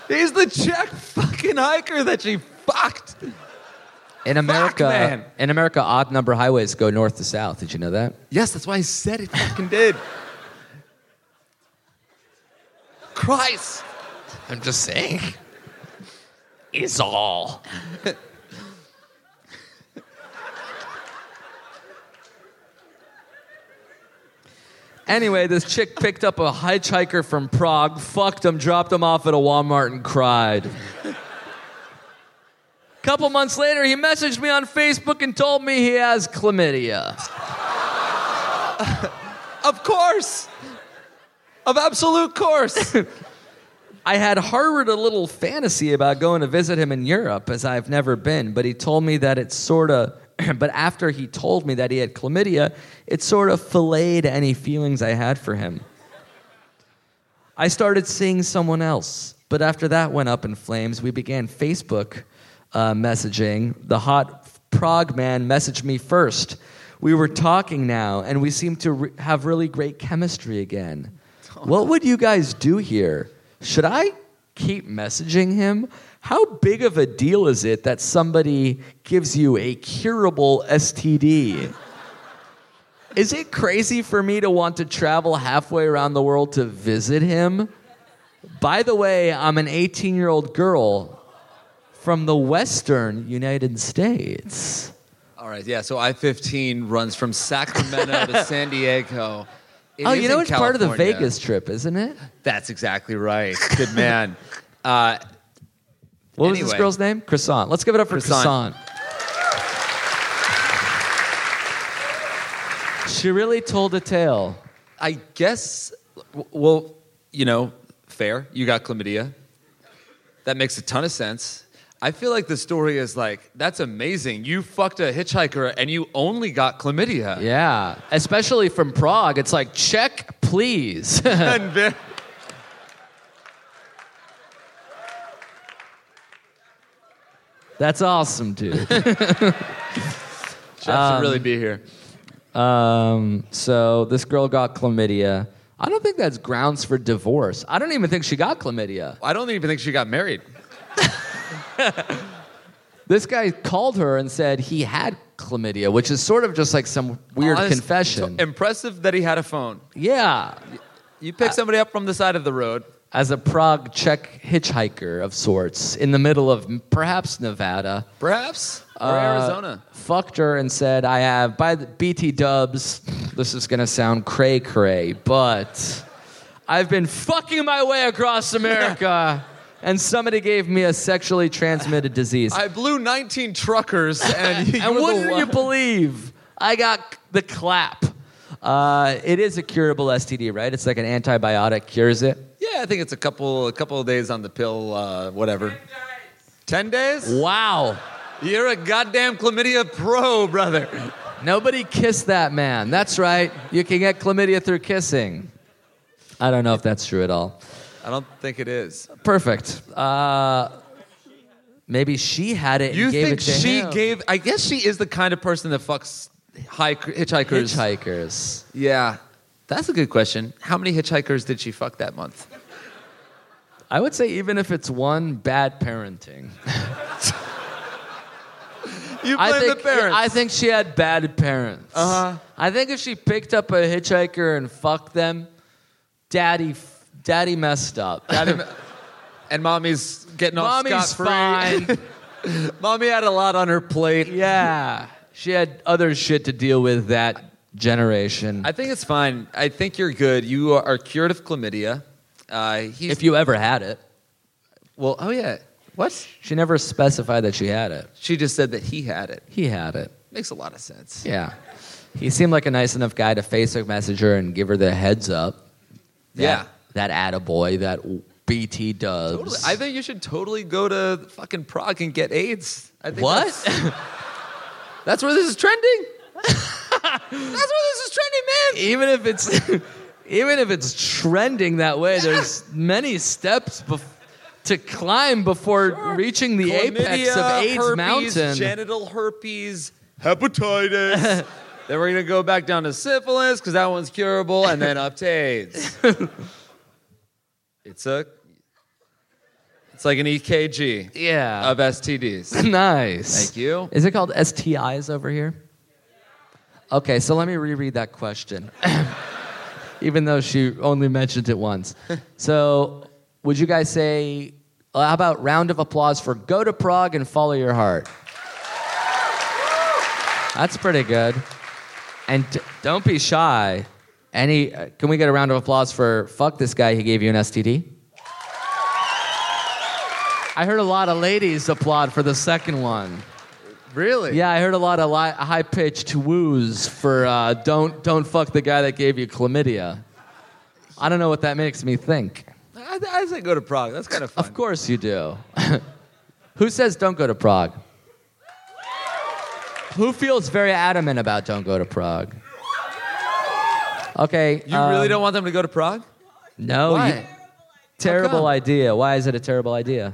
Speaker 2: He's the Czech fucking hiker that she fucked.
Speaker 3: In America,
Speaker 2: man.
Speaker 3: in America, odd number highways go north to south. Did you know that?
Speaker 2: Yes, that's why he said it fucking did. Christ.
Speaker 3: I'm just saying. Is all. anyway, this chick picked up a hitchhiker from Prague, fucked him, dropped him off at a Walmart, and cried. Couple months later, he messaged me on Facebook and told me he has chlamydia.
Speaker 2: Of course. Of absolute course.
Speaker 3: I had harbored a little fantasy about going to visit him in Europe, as I've never been, but he told me that it's sort of. But after he told me that he had chlamydia, it sort of filleted any feelings I had for him. I started seeing someone else, but after that went up in flames, we began Facebook uh, messaging. The hot Prague man messaged me first. We were talking now, and we seem to re- have really great chemistry again. What would you guys do here? Should I keep messaging him? How big of a deal is it that somebody gives you a curable STD? Is it crazy for me to want to travel halfway around the world to visit him? By the way, I'm an 18 year old girl from the Western United States.
Speaker 2: All right, yeah, so I 15 runs from Sacramento to San Diego. It
Speaker 3: oh,
Speaker 2: is
Speaker 3: you know
Speaker 2: in
Speaker 3: it's part of the
Speaker 2: California.
Speaker 3: Vegas trip, isn't it?
Speaker 2: That's exactly right. Good man. Uh,
Speaker 3: What was this
Speaker 2: Anyway.
Speaker 3: girl's name? Croissant. Let's give it up for croissant.
Speaker 2: Croissant.
Speaker 3: She really told a tale.
Speaker 2: I guess. w- Well, you know, fair. You got chlamydia. That makes a ton of sense. I feel like the story is like that's amazing. You fucked a hitchhiker and you only got chlamydia.
Speaker 3: Yeah, especially from Prague. It's like, check, please.
Speaker 2: And ve-
Speaker 3: That's awesome, dude.
Speaker 2: Jeff should really be here.
Speaker 3: Um, so this girl got chlamydia. I don't think that's grounds for divorce. I don't even think she got chlamydia.
Speaker 2: I don't even think she got married.
Speaker 3: This guy called her and said he had chlamydia, which is sort of just like some weird
Speaker 2: Honest-
Speaker 3: confession.
Speaker 2: so impressive that he had a phone.
Speaker 3: yeah,
Speaker 2: You pick somebody up from the side of the road.
Speaker 3: as a Prague Czech hitchhiker of sorts in the middle of perhaps Nevada.
Speaker 2: Perhaps. Or
Speaker 3: uh,
Speaker 2: Arizona.
Speaker 3: Fucked her and said, I have, by the BT dubs, this is going to sound cray cray, but I've been fucking my way across America and somebody gave me a sexually transmitted disease.
Speaker 2: I blew 19 truckers and you
Speaker 3: and
Speaker 2: were the
Speaker 3: wouldn't you
Speaker 2: one-
Speaker 3: believe? I got the clap. Uh, it is a curable STD, right? It's like an antibiotic cures it.
Speaker 2: Yeah, I think it's a couple a couple of days on the pill, uh, whatever. Ten days?
Speaker 3: Wow.
Speaker 2: You're a goddamn chlamydia pro, brother.
Speaker 3: Nobody kissed that man. That's right. You can get chlamydia through kissing. I don't know if that's true at all.
Speaker 2: I don't think it is.
Speaker 3: Perfect. Uh, maybe she had it. And
Speaker 2: You
Speaker 3: gave
Speaker 2: think
Speaker 3: it to
Speaker 2: she
Speaker 3: him.
Speaker 2: gave? I guess she is the kind of person that fucks hike, hitchhikers.
Speaker 3: hitchhikers?
Speaker 2: Yeah, that's a good question. How many hitchhikers did she fuck that month?
Speaker 3: I would say even if it's one bad parenting.
Speaker 2: You blame
Speaker 3: I think
Speaker 2: the parents.
Speaker 3: I think she had bad parents.
Speaker 2: Uh-huh.
Speaker 3: I think if she picked up a hitchhiker and fucked them, daddy, f- daddy messed up. Daddy,
Speaker 2: and mommy's getting off
Speaker 3: mommy's
Speaker 2: scot-free.
Speaker 3: fine.
Speaker 2: Mommy had a lot on her plate.
Speaker 3: Yeah. She had other shit to deal with that generation.
Speaker 2: I think it's fine. I think you're good. You are cured of chlamydia. Uh, he's,
Speaker 3: if you ever had it.
Speaker 2: well, oh yeah. What?
Speaker 3: She never specified that she had it.
Speaker 2: She just said that he had it.
Speaker 3: He had it.
Speaker 2: Makes a lot of sense.
Speaker 3: Yeah. He seemed like a nice enough guy to Facebook message her and give her the heads up.
Speaker 2: Yeah.
Speaker 3: That attaboy, that BT dubs.
Speaker 2: Totally. I think you should totally go to fucking Prague and get AIDS. I think
Speaker 3: What?
Speaker 2: That's, that's where this is trending. that's where this is trending, man.
Speaker 3: even if it's even if it's trending that way, there's many steps bef- to climb before reaching the apex of
Speaker 2: Chlamydia,
Speaker 3: AIDS
Speaker 2: herpes,
Speaker 3: mountain.
Speaker 2: genital herpes, hepatitis. then we're gonna go back down to syphilis because that one's curable, and then up to AIDS. it's a, it's like an EKG
Speaker 3: yeah.
Speaker 2: of STDs.
Speaker 3: nice.
Speaker 2: Thank you.
Speaker 3: Is it called STIs over here? Okay, so let me reread that question, even though she only mentioned it once. So, would you guys say, uh, how about round of applause for Go to Prague and Follow Your Heart? That's pretty good. And d- don't be shy. Any, uh, can we get a round of applause for fuck this guy who gave you an STD? I heard a lot of ladies applaud for the second one.
Speaker 2: Really?
Speaker 3: Yeah, I heard a lot of li- high pitched woos for uh, don't don't fuck the guy that gave you chlamydia. I don't know what that makes me think.
Speaker 2: I, I say go to Prague. That's kind of fun.
Speaker 3: Of course you do. Who says don't go to Prague? Who feels very adamant about don't go to Prague? Okay. um,
Speaker 2: You really don't want them to go to Prague?
Speaker 3: No.
Speaker 2: Why?
Speaker 3: oh, you- terrible
Speaker 2: come?
Speaker 3: idea. Why is it a terrible idea?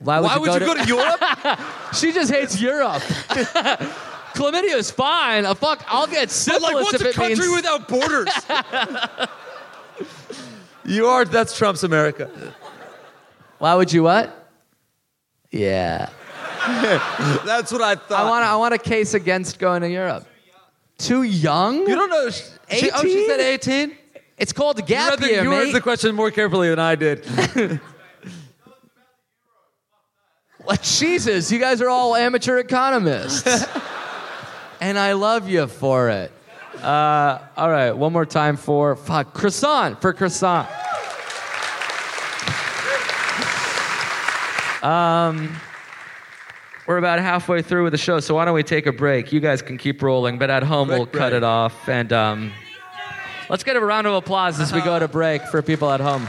Speaker 3: Why
Speaker 2: Why would you go to Europe?
Speaker 3: She just hates Europe. Chlamydia is fine. Uh, fuck, I'll get syphilis
Speaker 2: like, what's
Speaker 3: if
Speaker 2: a
Speaker 3: it
Speaker 2: country
Speaker 3: means.
Speaker 2: without borders? you are. That's Trump's America.
Speaker 3: Why would you what? Yeah,
Speaker 2: That's what I thought.
Speaker 3: I want. I want a case against going to Europe. Too young?
Speaker 2: You don't know. She, she- oh, she said 18?
Speaker 3: It's called
Speaker 2: You
Speaker 3: gap
Speaker 2: read the-
Speaker 3: year,
Speaker 2: you
Speaker 3: mate.
Speaker 2: the question more carefully than I did.
Speaker 3: Like, Jesus, you guys are all amateur economists, and I love you for it. Uh, all right, one more time for fuck croissant for croissant. Um, We're about halfway through with the show, so why don't we take a break? You guys can keep rolling, but at home
Speaker 2: Quick
Speaker 3: we'll cut
Speaker 2: break.
Speaker 3: it off. And um,
Speaker 4: Let's get a round of applause as we go to break for people at home.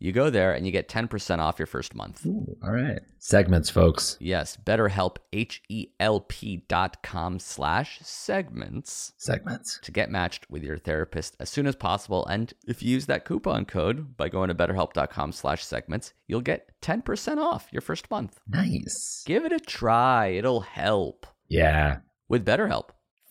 Speaker 3: You go there and you get 10% off your first month.
Speaker 5: Ooh, all right. Segments, folks.
Speaker 3: Yes, betterhelp, H-E-L-P dot com slash segments
Speaker 5: Segments.
Speaker 3: to get matched with your therapist as soon as possible. And if you use that coupon code by going to betterhelp.com slash segments, you'll get 10% off your first month.
Speaker 5: Nice.
Speaker 3: Give it a try. It'll help.
Speaker 5: Yeah.
Speaker 3: with BetterHelp.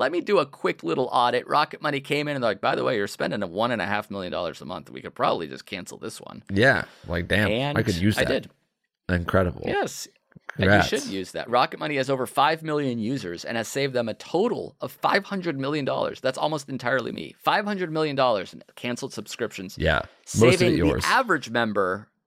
Speaker 3: Let me do a quick little audit. Rocket Money came in and they're like, by the way, you're spending a one and a half million dollars a month. We could probably just cancel this one.
Speaker 5: Yeah, like damn,
Speaker 3: and
Speaker 5: I could use that.
Speaker 3: I did.
Speaker 5: Incredible.
Speaker 3: Yes. And
Speaker 5: Congrats.
Speaker 3: you should use that. Rocket Money has over 5 million users and has saved them a total of $500 million. That's almost entirely me. $500 million in canceled subscriptions.
Speaker 5: Yeah, most of
Speaker 3: Saving
Speaker 5: it yours.
Speaker 3: the average member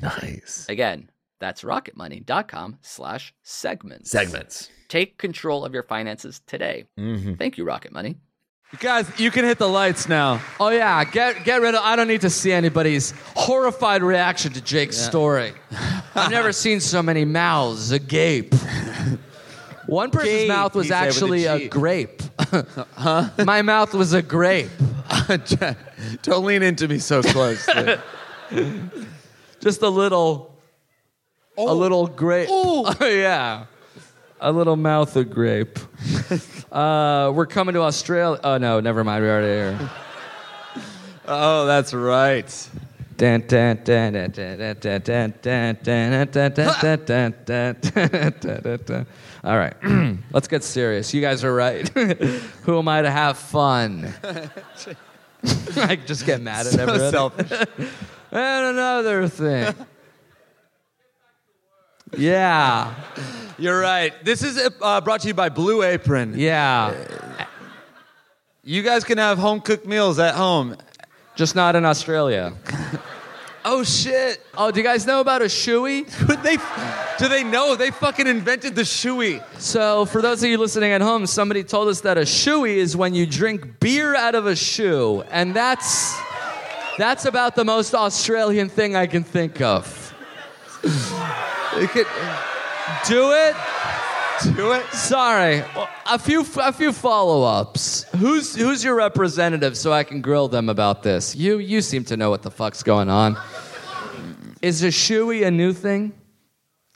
Speaker 5: nice.
Speaker 3: Again, that's rocketmoney.com slash segments.
Speaker 5: Segments.
Speaker 3: Take control of your finances today. Thank you, Rocket Money.
Speaker 2: You guys, you can hit the lights now.
Speaker 4: Oh yeah, get get rid of. I don't need to see anybody's horrified reaction to Jake's story. I've never seen so many mouths agape. One person's
Speaker 2: Gape,
Speaker 4: mouth was
Speaker 2: he said with a
Speaker 4: actually a,
Speaker 2: G.
Speaker 4: grape. My mouth was a grape.
Speaker 2: Don't lean into me so close.
Speaker 4: Just a little, a little grape. Oh, yeah, a little mouth of grape. uh, we're coming to Australia. Oh no, never mind. We're already here.
Speaker 2: oh, that's right.
Speaker 4: Dun, dun, dun, dun, dun, dun, dun, dun, dun, dun, dun, dun, dun, dun, dun, dun, dun, dun. All right, let's get serious. You guys are right. Who am I to have fun? I just get mad at everybody. And another thing. Yeah,
Speaker 2: You're right. This is uh, brought to you by Blue Apron.
Speaker 4: yeah.
Speaker 2: You guys can have home cooked meals at home.
Speaker 4: Just not in Australia.
Speaker 2: Oh shit!
Speaker 4: Oh, do you guys know about a shoey?
Speaker 2: Could they? Do they know they fucking invented the shoey?
Speaker 4: So, for those of you listening at home, somebody told us that a shoey is when you drink beer out of a shoe, and that's that's about the most Australian thing I can think of.
Speaker 2: uh, They could-
Speaker 4: Do it.
Speaker 2: do it.
Speaker 3: Sorry, Well, a few a few follow-ups. Who's who's your representative so I can grill them about this? You you seem to know what the fuck's going on. Is a shoey a new thing?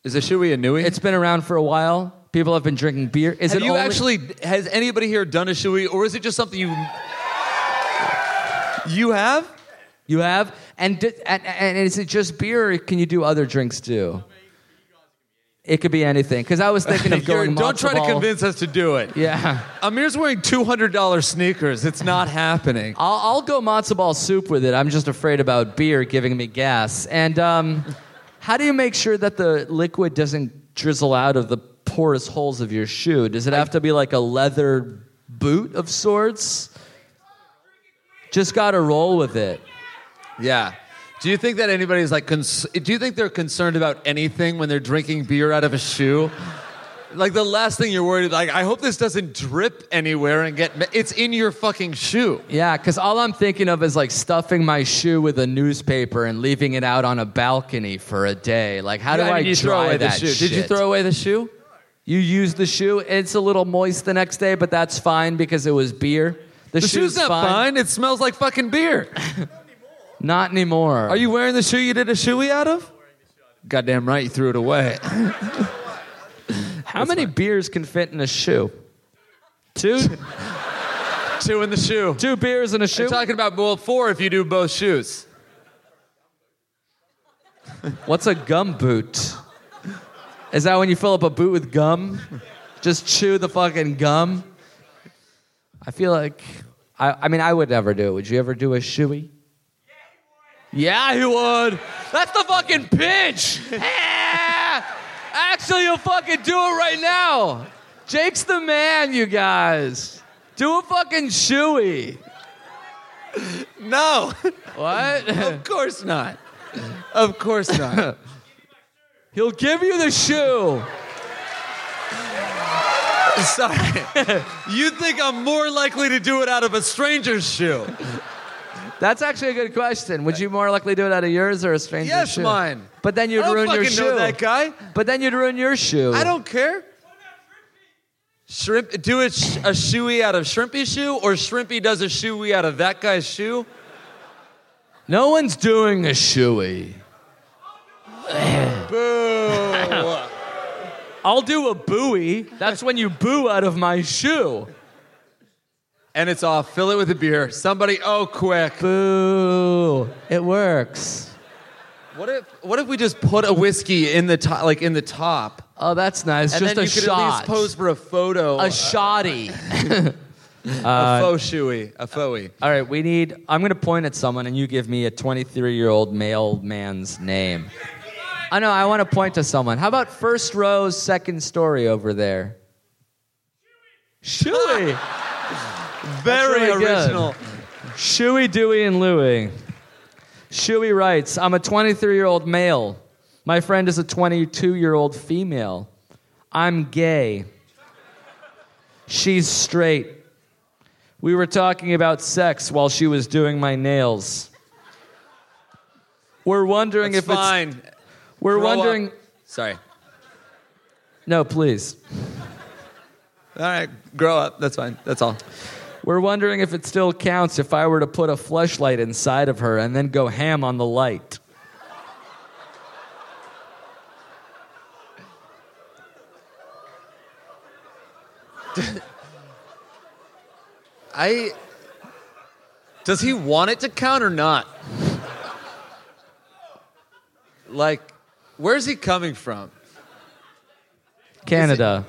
Speaker 2: Is a shoey a newie?
Speaker 3: It's been around for a while. People have been drinking beer. Is
Speaker 2: Have
Speaker 3: it
Speaker 2: you
Speaker 3: only-
Speaker 2: actually? Has anybody here done a shoey, or is it just something you you have?
Speaker 3: You have? And, di- and and is it just beer or can you do other drinks too? It could be anything. Because I was thinking of
Speaker 2: You're-
Speaker 3: going.
Speaker 2: don't
Speaker 3: matzo
Speaker 2: try to
Speaker 3: ball.
Speaker 2: convince us to do it.
Speaker 3: Yeah.
Speaker 2: Amir's wearing two hundred dollars sneakers. It's not happening.
Speaker 3: I'll, I'll go matzo ball soup with it. I'm just afraid about beer giving me gas. And um, how do you make sure that the liquid doesn't drizzle out of the porous holes of your shoe? Does it have to be like a leather boot of sorts? Just got to roll with it.
Speaker 2: Yeah. Do you think that anybody's like? Cons- do you think they're concerned about anything when they're drinking beer out of a shoe? Like the last thing you're worried, like I hope this doesn't drip anywhere and get. Me- it's in your fucking shoe.
Speaker 3: Yeah, because all I'm thinking of is like stuffing my shoe with a newspaper and leaving it out on a balcony for a day. Like, how do I dry that
Speaker 2: Did you
Speaker 3: shit?
Speaker 2: throw away the shoe?
Speaker 3: You use the shoe. It's a little moist the next day, but that's fine because it was beer. The,
Speaker 2: The shoe's not fine. It smells like fucking beer.
Speaker 3: Not anymore.
Speaker 2: Are you wearing the shoe you did a shoey out of? Goddamn right, you threw it away.
Speaker 3: How many beers can fit in a shoe? Two,
Speaker 2: Two in the shoe.
Speaker 3: two beers in a shoe.
Speaker 2: You're talking about well, four if you do both shoes.
Speaker 3: What's a gum boot? Is that when you fill up a boot with gum? Just chew the fucking gum. I feel like I, I mean I would never do it. Would you ever do a shoey? Yeah, he would. That's the fucking pitch. Ah! Actually, you'll fucking do it right now. Jake's the man, you guys. Do a fucking shoey.
Speaker 2: No,
Speaker 3: What?
Speaker 2: of course not. Of course not.
Speaker 3: He'll give you the shoe.
Speaker 2: Sorry. You think I'm more likely to do it out of a stranger's shoe?
Speaker 3: That's actually a good question. Would you more likely do it out of yours or a stranger's
Speaker 2: Yes,
Speaker 3: shoe?
Speaker 2: mine.
Speaker 3: But then you'd
Speaker 2: I don't
Speaker 3: ruin your
Speaker 2: fucking
Speaker 3: shoe.
Speaker 2: know that guy.
Speaker 3: But then you'd ruin your shoe.
Speaker 2: I don't care. Shrimp, do a, sh- a shoey out of Shrimpy shoe, or Shrimpy does a shoey out of that guy's shoe.
Speaker 3: No one's doing a shoey.
Speaker 2: Boo!
Speaker 3: I'll do a buoy. That's when you boo out of my shoe.
Speaker 2: and it's off. Fill it with a beer. Somebody, oh, quick.
Speaker 3: Boo. It works.
Speaker 2: What if what if we just put a whiskey in the top, like in the top,
Speaker 3: Oh, that's nice.
Speaker 2: and
Speaker 3: Just
Speaker 2: then
Speaker 3: a
Speaker 2: you could at
Speaker 3: shot.
Speaker 2: least pose for a photo,
Speaker 3: a shoddy.
Speaker 2: a faux shoey, a foey.
Speaker 3: All right, we need. I'm going to point at someone, and you give me a 23 year old male man's name. I know. I want to point to someone. How about first row, second story over there? Shuey,
Speaker 2: Very
Speaker 3: really good.
Speaker 2: original.
Speaker 3: Shuey, Dewey, and Louie. Shuey writes, "I'm a 23 year old male. My friend is a 22 year old female. I'm gay. She's straight. We were talking about sex while she was doing my nails. We're wondering
Speaker 2: It's
Speaker 3: if it's
Speaker 2: fine.
Speaker 3: we're
Speaker 2: Grow up.
Speaker 3: wondering
Speaker 2: Sorry.
Speaker 3: no, please.
Speaker 2: All right, grow up. That's fine. That's all.
Speaker 3: We're wondering if it still counts if I were to put a fleshlight inside of her and then go ham on the light.
Speaker 2: I. Does he want it to count or not? Like, where's he coming from?
Speaker 3: Canada.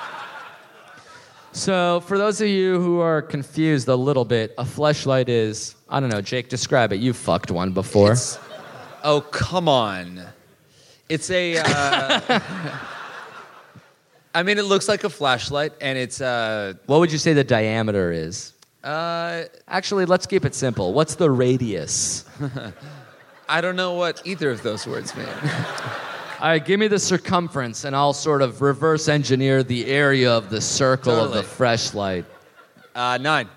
Speaker 3: so, for those of you who are confused a little bit, a fleshlight is, I don't know, Jake, describe it. You fucked one before.
Speaker 2: It's- oh, come on. It's a. Uh, I mean, it looks like a flashlight, and it's. Uh,
Speaker 3: what would you say the diameter is?
Speaker 2: uh,
Speaker 3: Actually, let's keep it simple. What's the radius?
Speaker 2: I don't know what either of those words mean.
Speaker 3: All right, give me the circumference, and I'll sort of reverse engineer the area of the circle
Speaker 2: Totally.
Speaker 3: of the fleshlight.
Speaker 2: Uh, nine.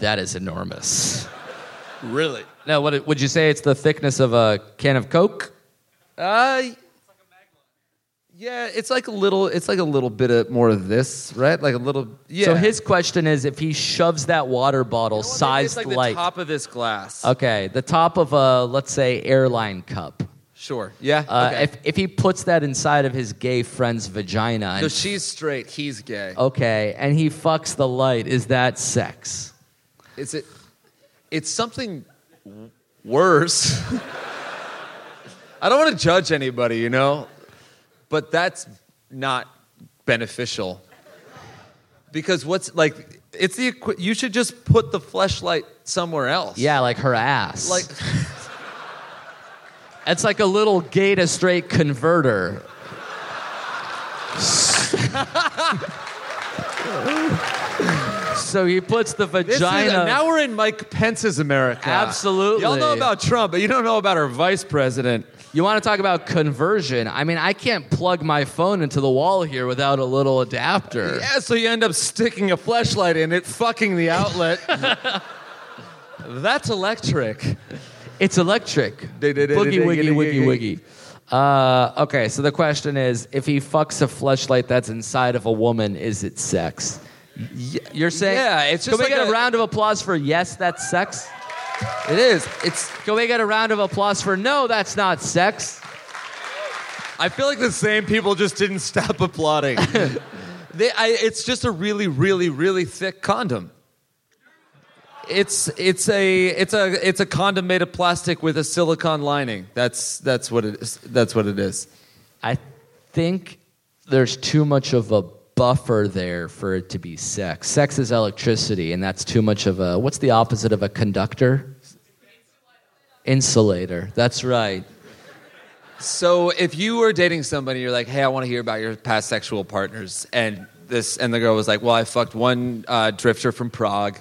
Speaker 3: That is enormous.
Speaker 2: Really?
Speaker 3: Now, what, would you say it's the thickness of a can of Coke?
Speaker 2: Uh, Yeah, it's like a little. It's like a little bit of more of this, right? Like a little. Yeah.
Speaker 3: So his question is if he shoves that water bottle
Speaker 2: Well, maybe
Speaker 3: sized
Speaker 2: it's like, the top of this glass.
Speaker 3: okay, the top of a let's say airline cup.
Speaker 2: sure. Yeah.
Speaker 3: Uh,
Speaker 2: okay.
Speaker 3: if, if he puts that inside of his gay friend's vagina and
Speaker 2: so she's straight. He's gay.
Speaker 3: Oh. Okay, and he fucks the light. Is that sex?
Speaker 2: It's it. It's something worse. I don't want to judge anybody, you know, but that's not beneficial because what's like it's the equi- you should just put the fleshlight somewhere else.
Speaker 3: Yeah, like her ass.
Speaker 2: Like
Speaker 3: it's like a little gay to straight converter. so he puts the
Speaker 2: this is,
Speaker 3: vagina.
Speaker 2: now we're in Mike Pence's America.
Speaker 3: Absolutely.
Speaker 2: Y'all know about Trump, but you don't know about our vice president.
Speaker 3: you want to talk about conversion? I mean, I can't plug my phone into the wall here without a little adapter.
Speaker 2: Yeah, so you end up sticking a flashlight in it, fucking the outlet. That's electric.
Speaker 3: It's electric.
Speaker 2: Ding-a-ding-a-ding-a-ding-a-ding.
Speaker 3: Boogie woogie woogie woogie. Uh, okay, so the question is, if he fucks a fleshlight that's inside of a woman, is it sex? You're saying,
Speaker 2: Yeah, it's just
Speaker 3: Can we
Speaker 2: like
Speaker 3: get a
Speaker 2: a-
Speaker 3: round of applause for yes, that's sex?
Speaker 2: It is. It's.
Speaker 3: Can we get a round of applause for no, that's not sex?
Speaker 2: I feel like the same people just didn't stop applauding. they, I, it's just a really, really, really thick condom. It's it's a it's a it's a condom made of plastic with a silicone lining. That's that's what it is. That's what it is.
Speaker 3: I think there's too much of a buffer there for it to be sex. Sex is electricity, and that's too much of a. What's the opposite of a conductor? Insulator. That's right.
Speaker 2: So if you were dating somebody, you're like, "Hey, I want to hear about your past sexual partners," and this, and the girl was like, "Well, I fucked one uh, drifter from Prague,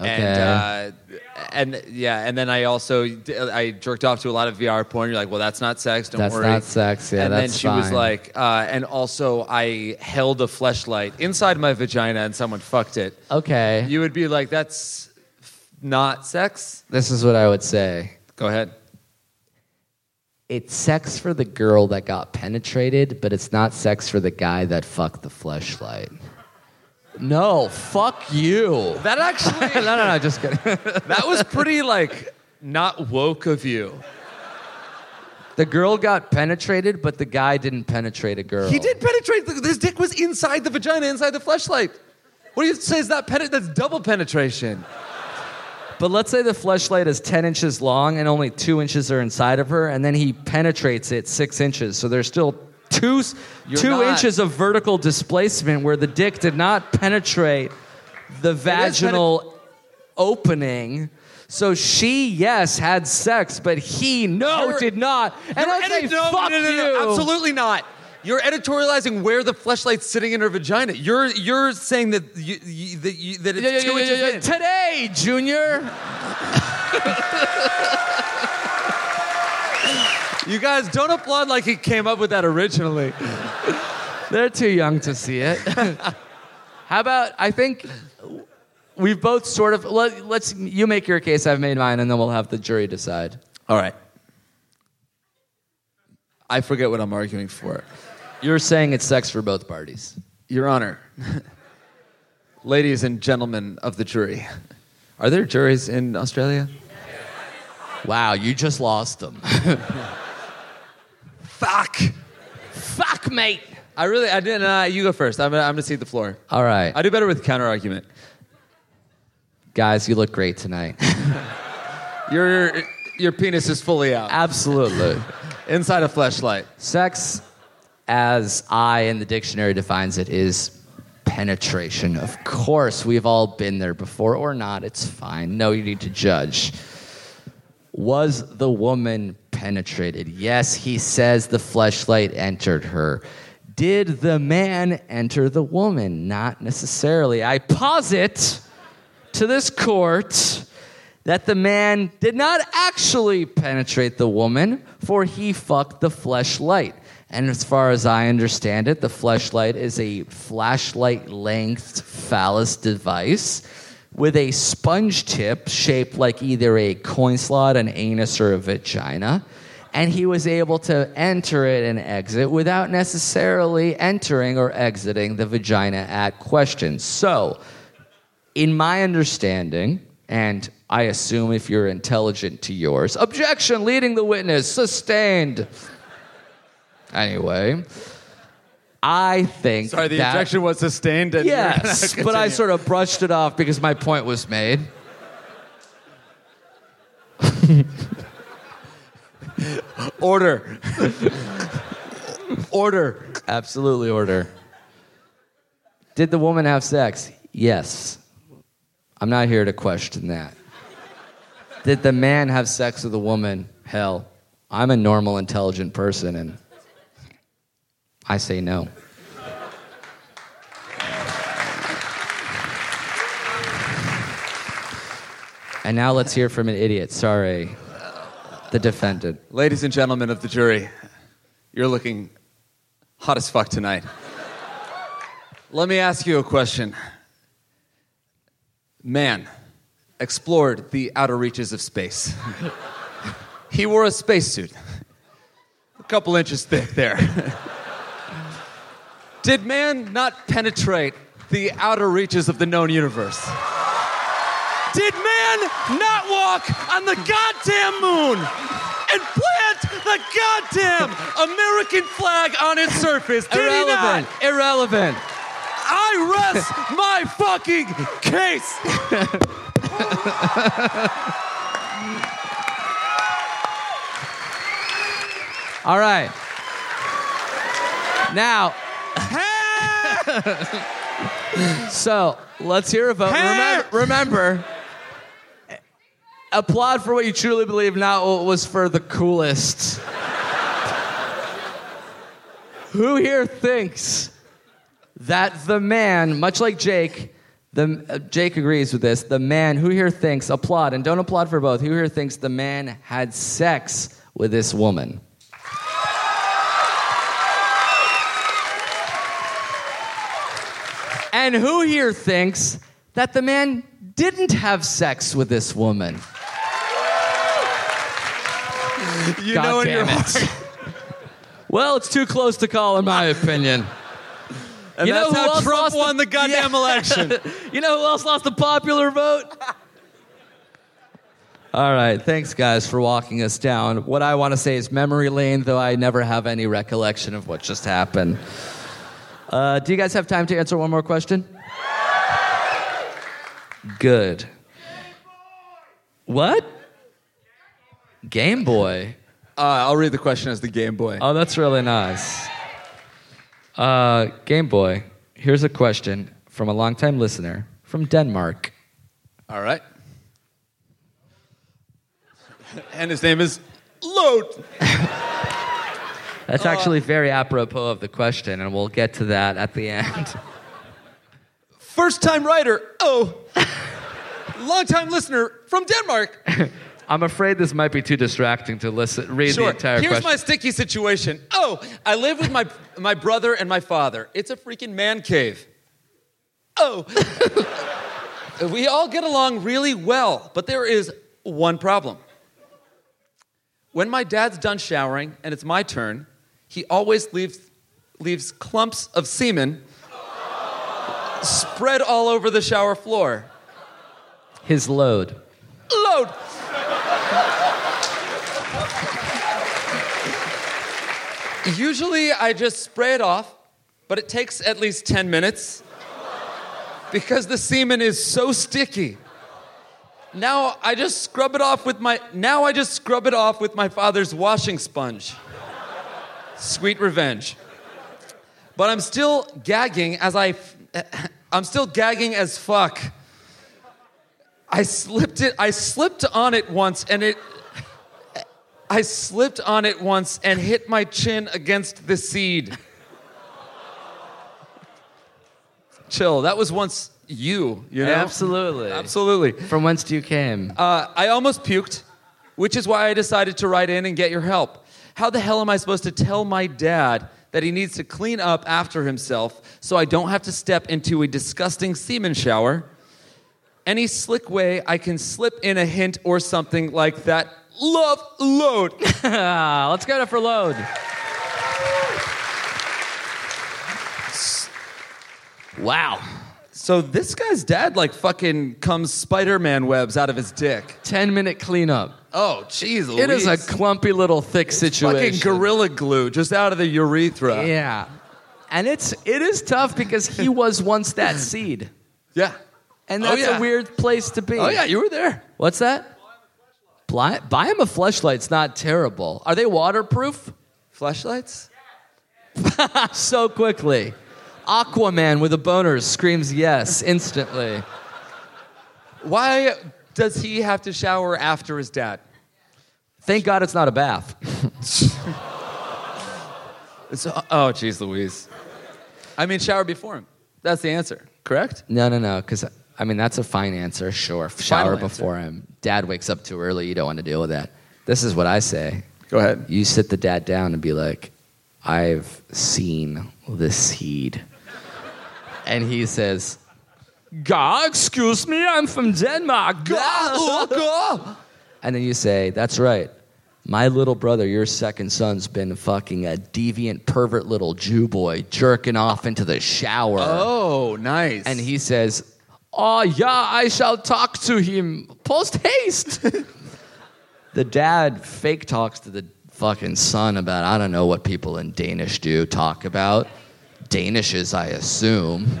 Speaker 2: and uh, and yeah, and then I also I jerked off to a lot of VR porn." You're like, "Well, that's not sex. Don't
Speaker 3: That's
Speaker 2: worry,
Speaker 3: not sex, yeah,
Speaker 2: and
Speaker 3: that's
Speaker 2: then she was
Speaker 3: fine.
Speaker 2: like, uh, "And also, I held a fleshlight inside my vagina, and someone fucked it."
Speaker 3: Okay.
Speaker 2: You would be like, "That's f- not sex."
Speaker 3: this is what I would say.
Speaker 2: Go ahead.
Speaker 3: It's sex for the girl that got penetrated, but it's not sex for the guy that fucked the fleshlight. No, fuck you.
Speaker 2: That actually.
Speaker 3: No, no, no, just kidding.
Speaker 2: That was pretty like not woke of you.
Speaker 3: the girl got penetrated, but the guy didn't penetrate a girl.
Speaker 2: He did penetrate. The, his dick was inside the vagina, inside the fleshlight. What do you say is that penet? That's double penetration.
Speaker 3: But let's say the fleshlight is 10 inches long and only two inches are inside of her, and then he penetrates it six inches. So there's still two, s-
Speaker 2: You're
Speaker 3: two
Speaker 2: not-
Speaker 3: inches of vertical displacement where the dick did not penetrate the vaginal opening. So she, yes, had sex, but he, no,
Speaker 2: You're-
Speaker 3: did not. And
Speaker 2: You're
Speaker 3: I say,
Speaker 2: edit- no,
Speaker 3: fuck
Speaker 2: no, no, no,
Speaker 3: you.
Speaker 2: Absolutely not. You're editorializing where the fleshlight's sitting in her vagina. You're you're saying that you, you, that, you, that it's
Speaker 3: Yeah, yeah,
Speaker 2: two
Speaker 3: yeah,
Speaker 2: inches
Speaker 3: yeah, yeah.
Speaker 2: in.
Speaker 3: Today, Junior.
Speaker 2: You guys don't applaud like he came up with that originally.
Speaker 3: They're too young to see it. How about I think we've both sort of let, let's you make your case, I've made mine, and then we'll have the jury decide.
Speaker 2: All right. I forget what I'm arguing for.
Speaker 3: You're saying it's sex for both parties.
Speaker 2: Your Honor, ladies and gentlemen of the jury, are there juries in Australia?
Speaker 3: Wow, you just lost them.
Speaker 2: Fuck!
Speaker 3: Fuck, mate.
Speaker 2: I really, I didn't. Uh, you go first. I'm gonna, I'm gonna cede the floor.
Speaker 3: All right,
Speaker 2: I do better with counter argument.
Speaker 3: guys, you look great tonight.
Speaker 2: Your your penis is fully out
Speaker 3: Absolutely,
Speaker 2: inside a fleshlight.
Speaker 3: sex, as I in the dictionary defines it, is penetration. Of course, we've all been there before, or not. It's fine. No, you need to judge. Was the woman penetrated? Yes, he says the fleshlight entered her. Did the man enter the woman? Not necessarily. I posit to this court that the man did not actually penetrate the woman, for he fucked the fleshlight. And as far as I understand it, the fleshlight is a flashlight length phallus device with a sponge tip shaped like either a coin slot, an anus, or a vagina. and he was able to enter it and exit without necessarily entering or exiting the vagina at question. So, in my understanding, and I assume if you're intelligent to yours, objection leading the witness, sustained. Anyway, I think.
Speaker 2: Sorry, the
Speaker 3: that-
Speaker 2: objection was sustained. And
Speaker 3: Yes, but I sort of brushed it off because my point was made.
Speaker 2: order.
Speaker 3: Order. Absolutely order. Did the woman have sex? Yes. I'm not here to question that. Did the man have sex with the woman? Hell, I'm a normal, intelligent person, and I say no. And now let's hear from an idiot. Sorry, the defendant.
Speaker 2: Ladies and gentlemen of the jury, you're looking hot as fuck tonight. Let me ask you a question. Man explored the outer reaches of space. he wore a spacesuit, a couple inches thick there. Did man not penetrate the outer reaches of the known universe? Did man not walk on the goddamn moon and plant the goddamn American flag on its surface? Did he not?
Speaker 3: Irrelevant. Irrelevant.
Speaker 2: I rest my fucking case.
Speaker 3: All right. Now, so let's hear about. Remember, remember, applaud for what you truly believe, not what was for the coolest. Who here thinks that the man, much like Jake, the uh, Jake agrees with this. The man who here thinks applaud and don't applaud for both. Who here thinks the man had sex with this woman? And who here thinks that the man didn't have sex with this woman?
Speaker 2: You
Speaker 3: God
Speaker 2: know in your
Speaker 3: damn
Speaker 2: heart.
Speaker 3: it. well, it's too close to call, in my opinion.
Speaker 2: And
Speaker 3: You know
Speaker 2: that's
Speaker 3: who
Speaker 2: how
Speaker 3: else
Speaker 2: Trump
Speaker 3: lost the-
Speaker 2: won the goddamn
Speaker 3: Yeah.
Speaker 2: election.
Speaker 3: You know who else lost the popular vote? All right, thanks guys for walking us down. What I want to say is memory lane, though I never have any recollection of what just happened. Uh, do you guys have time to answer one more question? Good. What? Game Boy.
Speaker 2: Uh, I'll read the question as the Game Boy.
Speaker 3: Oh, that's really nice. Uh, Game Boy, here's a question from a longtime listener from Denmark.
Speaker 2: All right. And his name is Lote.
Speaker 3: That's
Speaker 2: Oh.
Speaker 3: actually very apropos of the question, and we'll get to that at the end.
Speaker 2: First time writer. Oh. Long time listener from Denmark.
Speaker 3: I'm afraid this might be too distracting to listen read the entire
Speaker 2: Here's my
Speaker 3: question.
Speaker 2: sticky situation. Oh, I live with my my brother and my father. It's a freaking man cave. Oh. we all get along really well, but there is one problem. When my dad's done showering and it's my turn, he always leaves leaves clumps of semen spread all over the shower floor.
Speaker 3: His load.
Speaker 2: Load. Usually I just spray it off, but it takes at least 10 minutes because the semen is so sticky. Now I just scrub it off with my now I just scrub it off with my father's washing sponge. Sweet revenge. But I'm still gagging as I I'm still gagging as fuck. I slipped it. I slipped on it once, and it. I slipped on it once and hit my chin against the seed. Chill. That was once you. You know.
Speaker 3: Absolutely.
Speaker 2: Absolutely.
Speaker 3: From whence do you came?
Speaker 2: Uh, I almost puked, which is why I decided to write in and get your help. How the hell am I supposed to tell my dad that he needs to clean up after himself so I don't have to step into a disgusting semen shower? Any slick way I can slip in a hint or something like that
Speaker 6: Love load. Let's get it for load. Wow.
Speaker 2: So this guy's dad like fucking comes Spider-Man webs out of his dick.
Speaker 6: 10 minute cleanup.
Speaker 2: Oh, jeez,
Speaker 6: It is a
Speaker 2: Louise.
Speaker 6: clumpy little thick situation.
Speaker 2: fucking gorilla glue just out of the urethra.
Speaker 6: Yeah. And it's it is tough because he was once that seed.
Speaker 2: Yeah.
Speaker 6: And
Speaker 2: Oh,
Speaker 6: that's
Speaker 2: yeah.
Speaker 6: a weird place to be.
Speaker 2: Oh yeah, you were there.
Speaker 6: What's that? Buy, buy him a fleshlight's not terrible. Are they waterproof?
Speaker 2: Flashlights?
Speaker 6: So quickly. Aquaman with a boner screams yes instantly.
Speaker 2: Why does he have to shower after his dad?
Speaker 6: Thank God it's not a bath.
Speaker 2: It's, oh, jeez, Louise. I mean, shower before him. That's the answer, correct?
Speaker 3: No, no, no. Because I mean, that's a fine answer. Sure, shower
Speaker 2: answer.
Speaker 3: before him. Dad wakes up too early. You don't want to deal with that. This is what I say.
Speaker 2: Go ahead.
Speaker 3: You sit the dad down and be like, "I've seen the seed," and he says,
Speaker 6: God, excuse me, I'm from Denmark.
Speaker 2: Oh,
Speaker 3: and then you say, "That's right." My little brother, your second son's been fucking a deviant, pervert little Jew boy, jerking off into the shower.
Speaker 2: Oh, nice.
Speaker 3: And he says, "Ah,
Speaker 6: Oh, yeah, I shall talk to him post haste.
Speaker 3: the dad fake talks to the fucking son about I don't know what people in Danish do talk about. Danishes, I assume.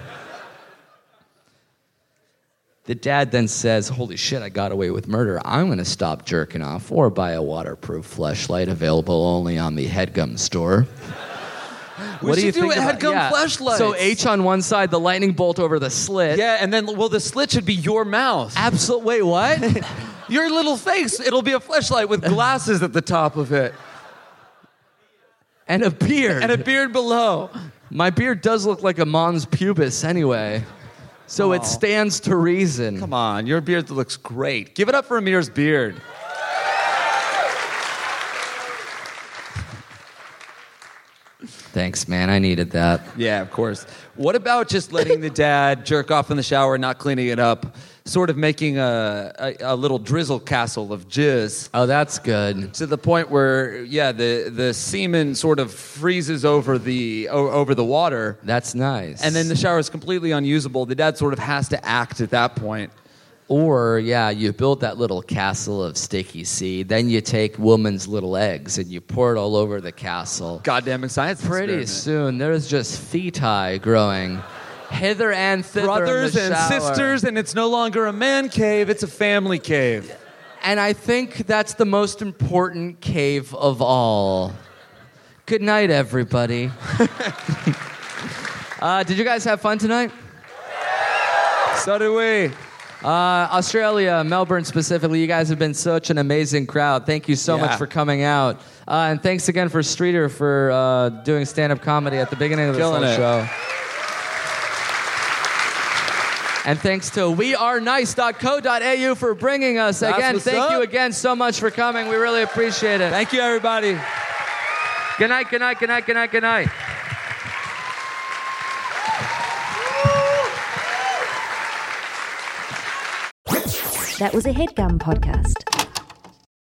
Speaker 3: The dad then says, Holy shit, I got away with murder. I'm gonna stop jerking off or buy a waterproof flashlight available only on the headgum store.
Speaker 2: we should do, a headgum
Speaker 6: Yeah.
Speaker 2: flashlight.
Speaker 6: So H on one side, the lightning bolt over the slit.
Speaker 2: Yeah, and then well, the slit should be your mouth.
Speaker 6: Absolute. Wait, what?
Speaker 2: Your little face. It'll be a flashlight with glasses at the top of it
Speaker 6: and a beard.
Speaker 2: and a beard below.
Speaker 6: My beard does look like a mons pubis anyway. So it stands to reason.
Speaker 2: Come on, your beard looks great. Give it up for Amir's beard.
Speaker 3: Thanks, man. I needed that.
Speaker 2: Yeah, of course. What about just letting the dad jerk off in the shower, not cleaning it up, sort of making a, a, a little drizzle castle of jizz
Speaker 3: Oh, that's good.
Speaker 2: to the point where, yeah, the, the semen sort of freezes over the o- over the water,
Speaker 3: That's nice.
Speaker 2: and then the shower is completely unusable. The dad sort of has to act at that point.
Speaker 3: Or yeah, you build that little castle of sticky seed. Then you take woman's little eggs and you pour it all over the castle.
Speaker 2: Goddamn science
Speaker 3: Pretty
Speaker 2: experiment.
Speaker 3: soon, there's just feti growing hither and thither. in the
Speaker 2: Brothers and
Speaker 3: shower.
Speaker 2: sisters, and it's no longer a man cave; it's a family cave.
Speaker 3: And I think that's the most important cave of all. Good night, everybody. uh, did you guys have fun tonight?
Speaker 2: So do we.
Speaker 3: Uh, Australia, Melbourne specifically, you guys have been such an amazing crowd. Thank you so
Speaker 2: Yeah.
Speaker 3: much for coming out. Uh, and thanks again for Streeter for uh, doing stand up comedy at the beginning of this
Speaker 2: Killing
Speaker 3: whole
Speaker 2: it.
Speaker 3: show. And thanks to wearenice.co.au for bringing us.
Speaker 2: That's
Speaker 3: Again,
Speaker 2: what's
Speaker 3: thank
Speaker 2: up.
Speaker 3: you again so much for coming. We really appreciate it.
Speaker 2: Thank you, everybody.
Speaker 3: Good night, good night, good night, good night, good night.
Speaker 7: That was a headgum podcast.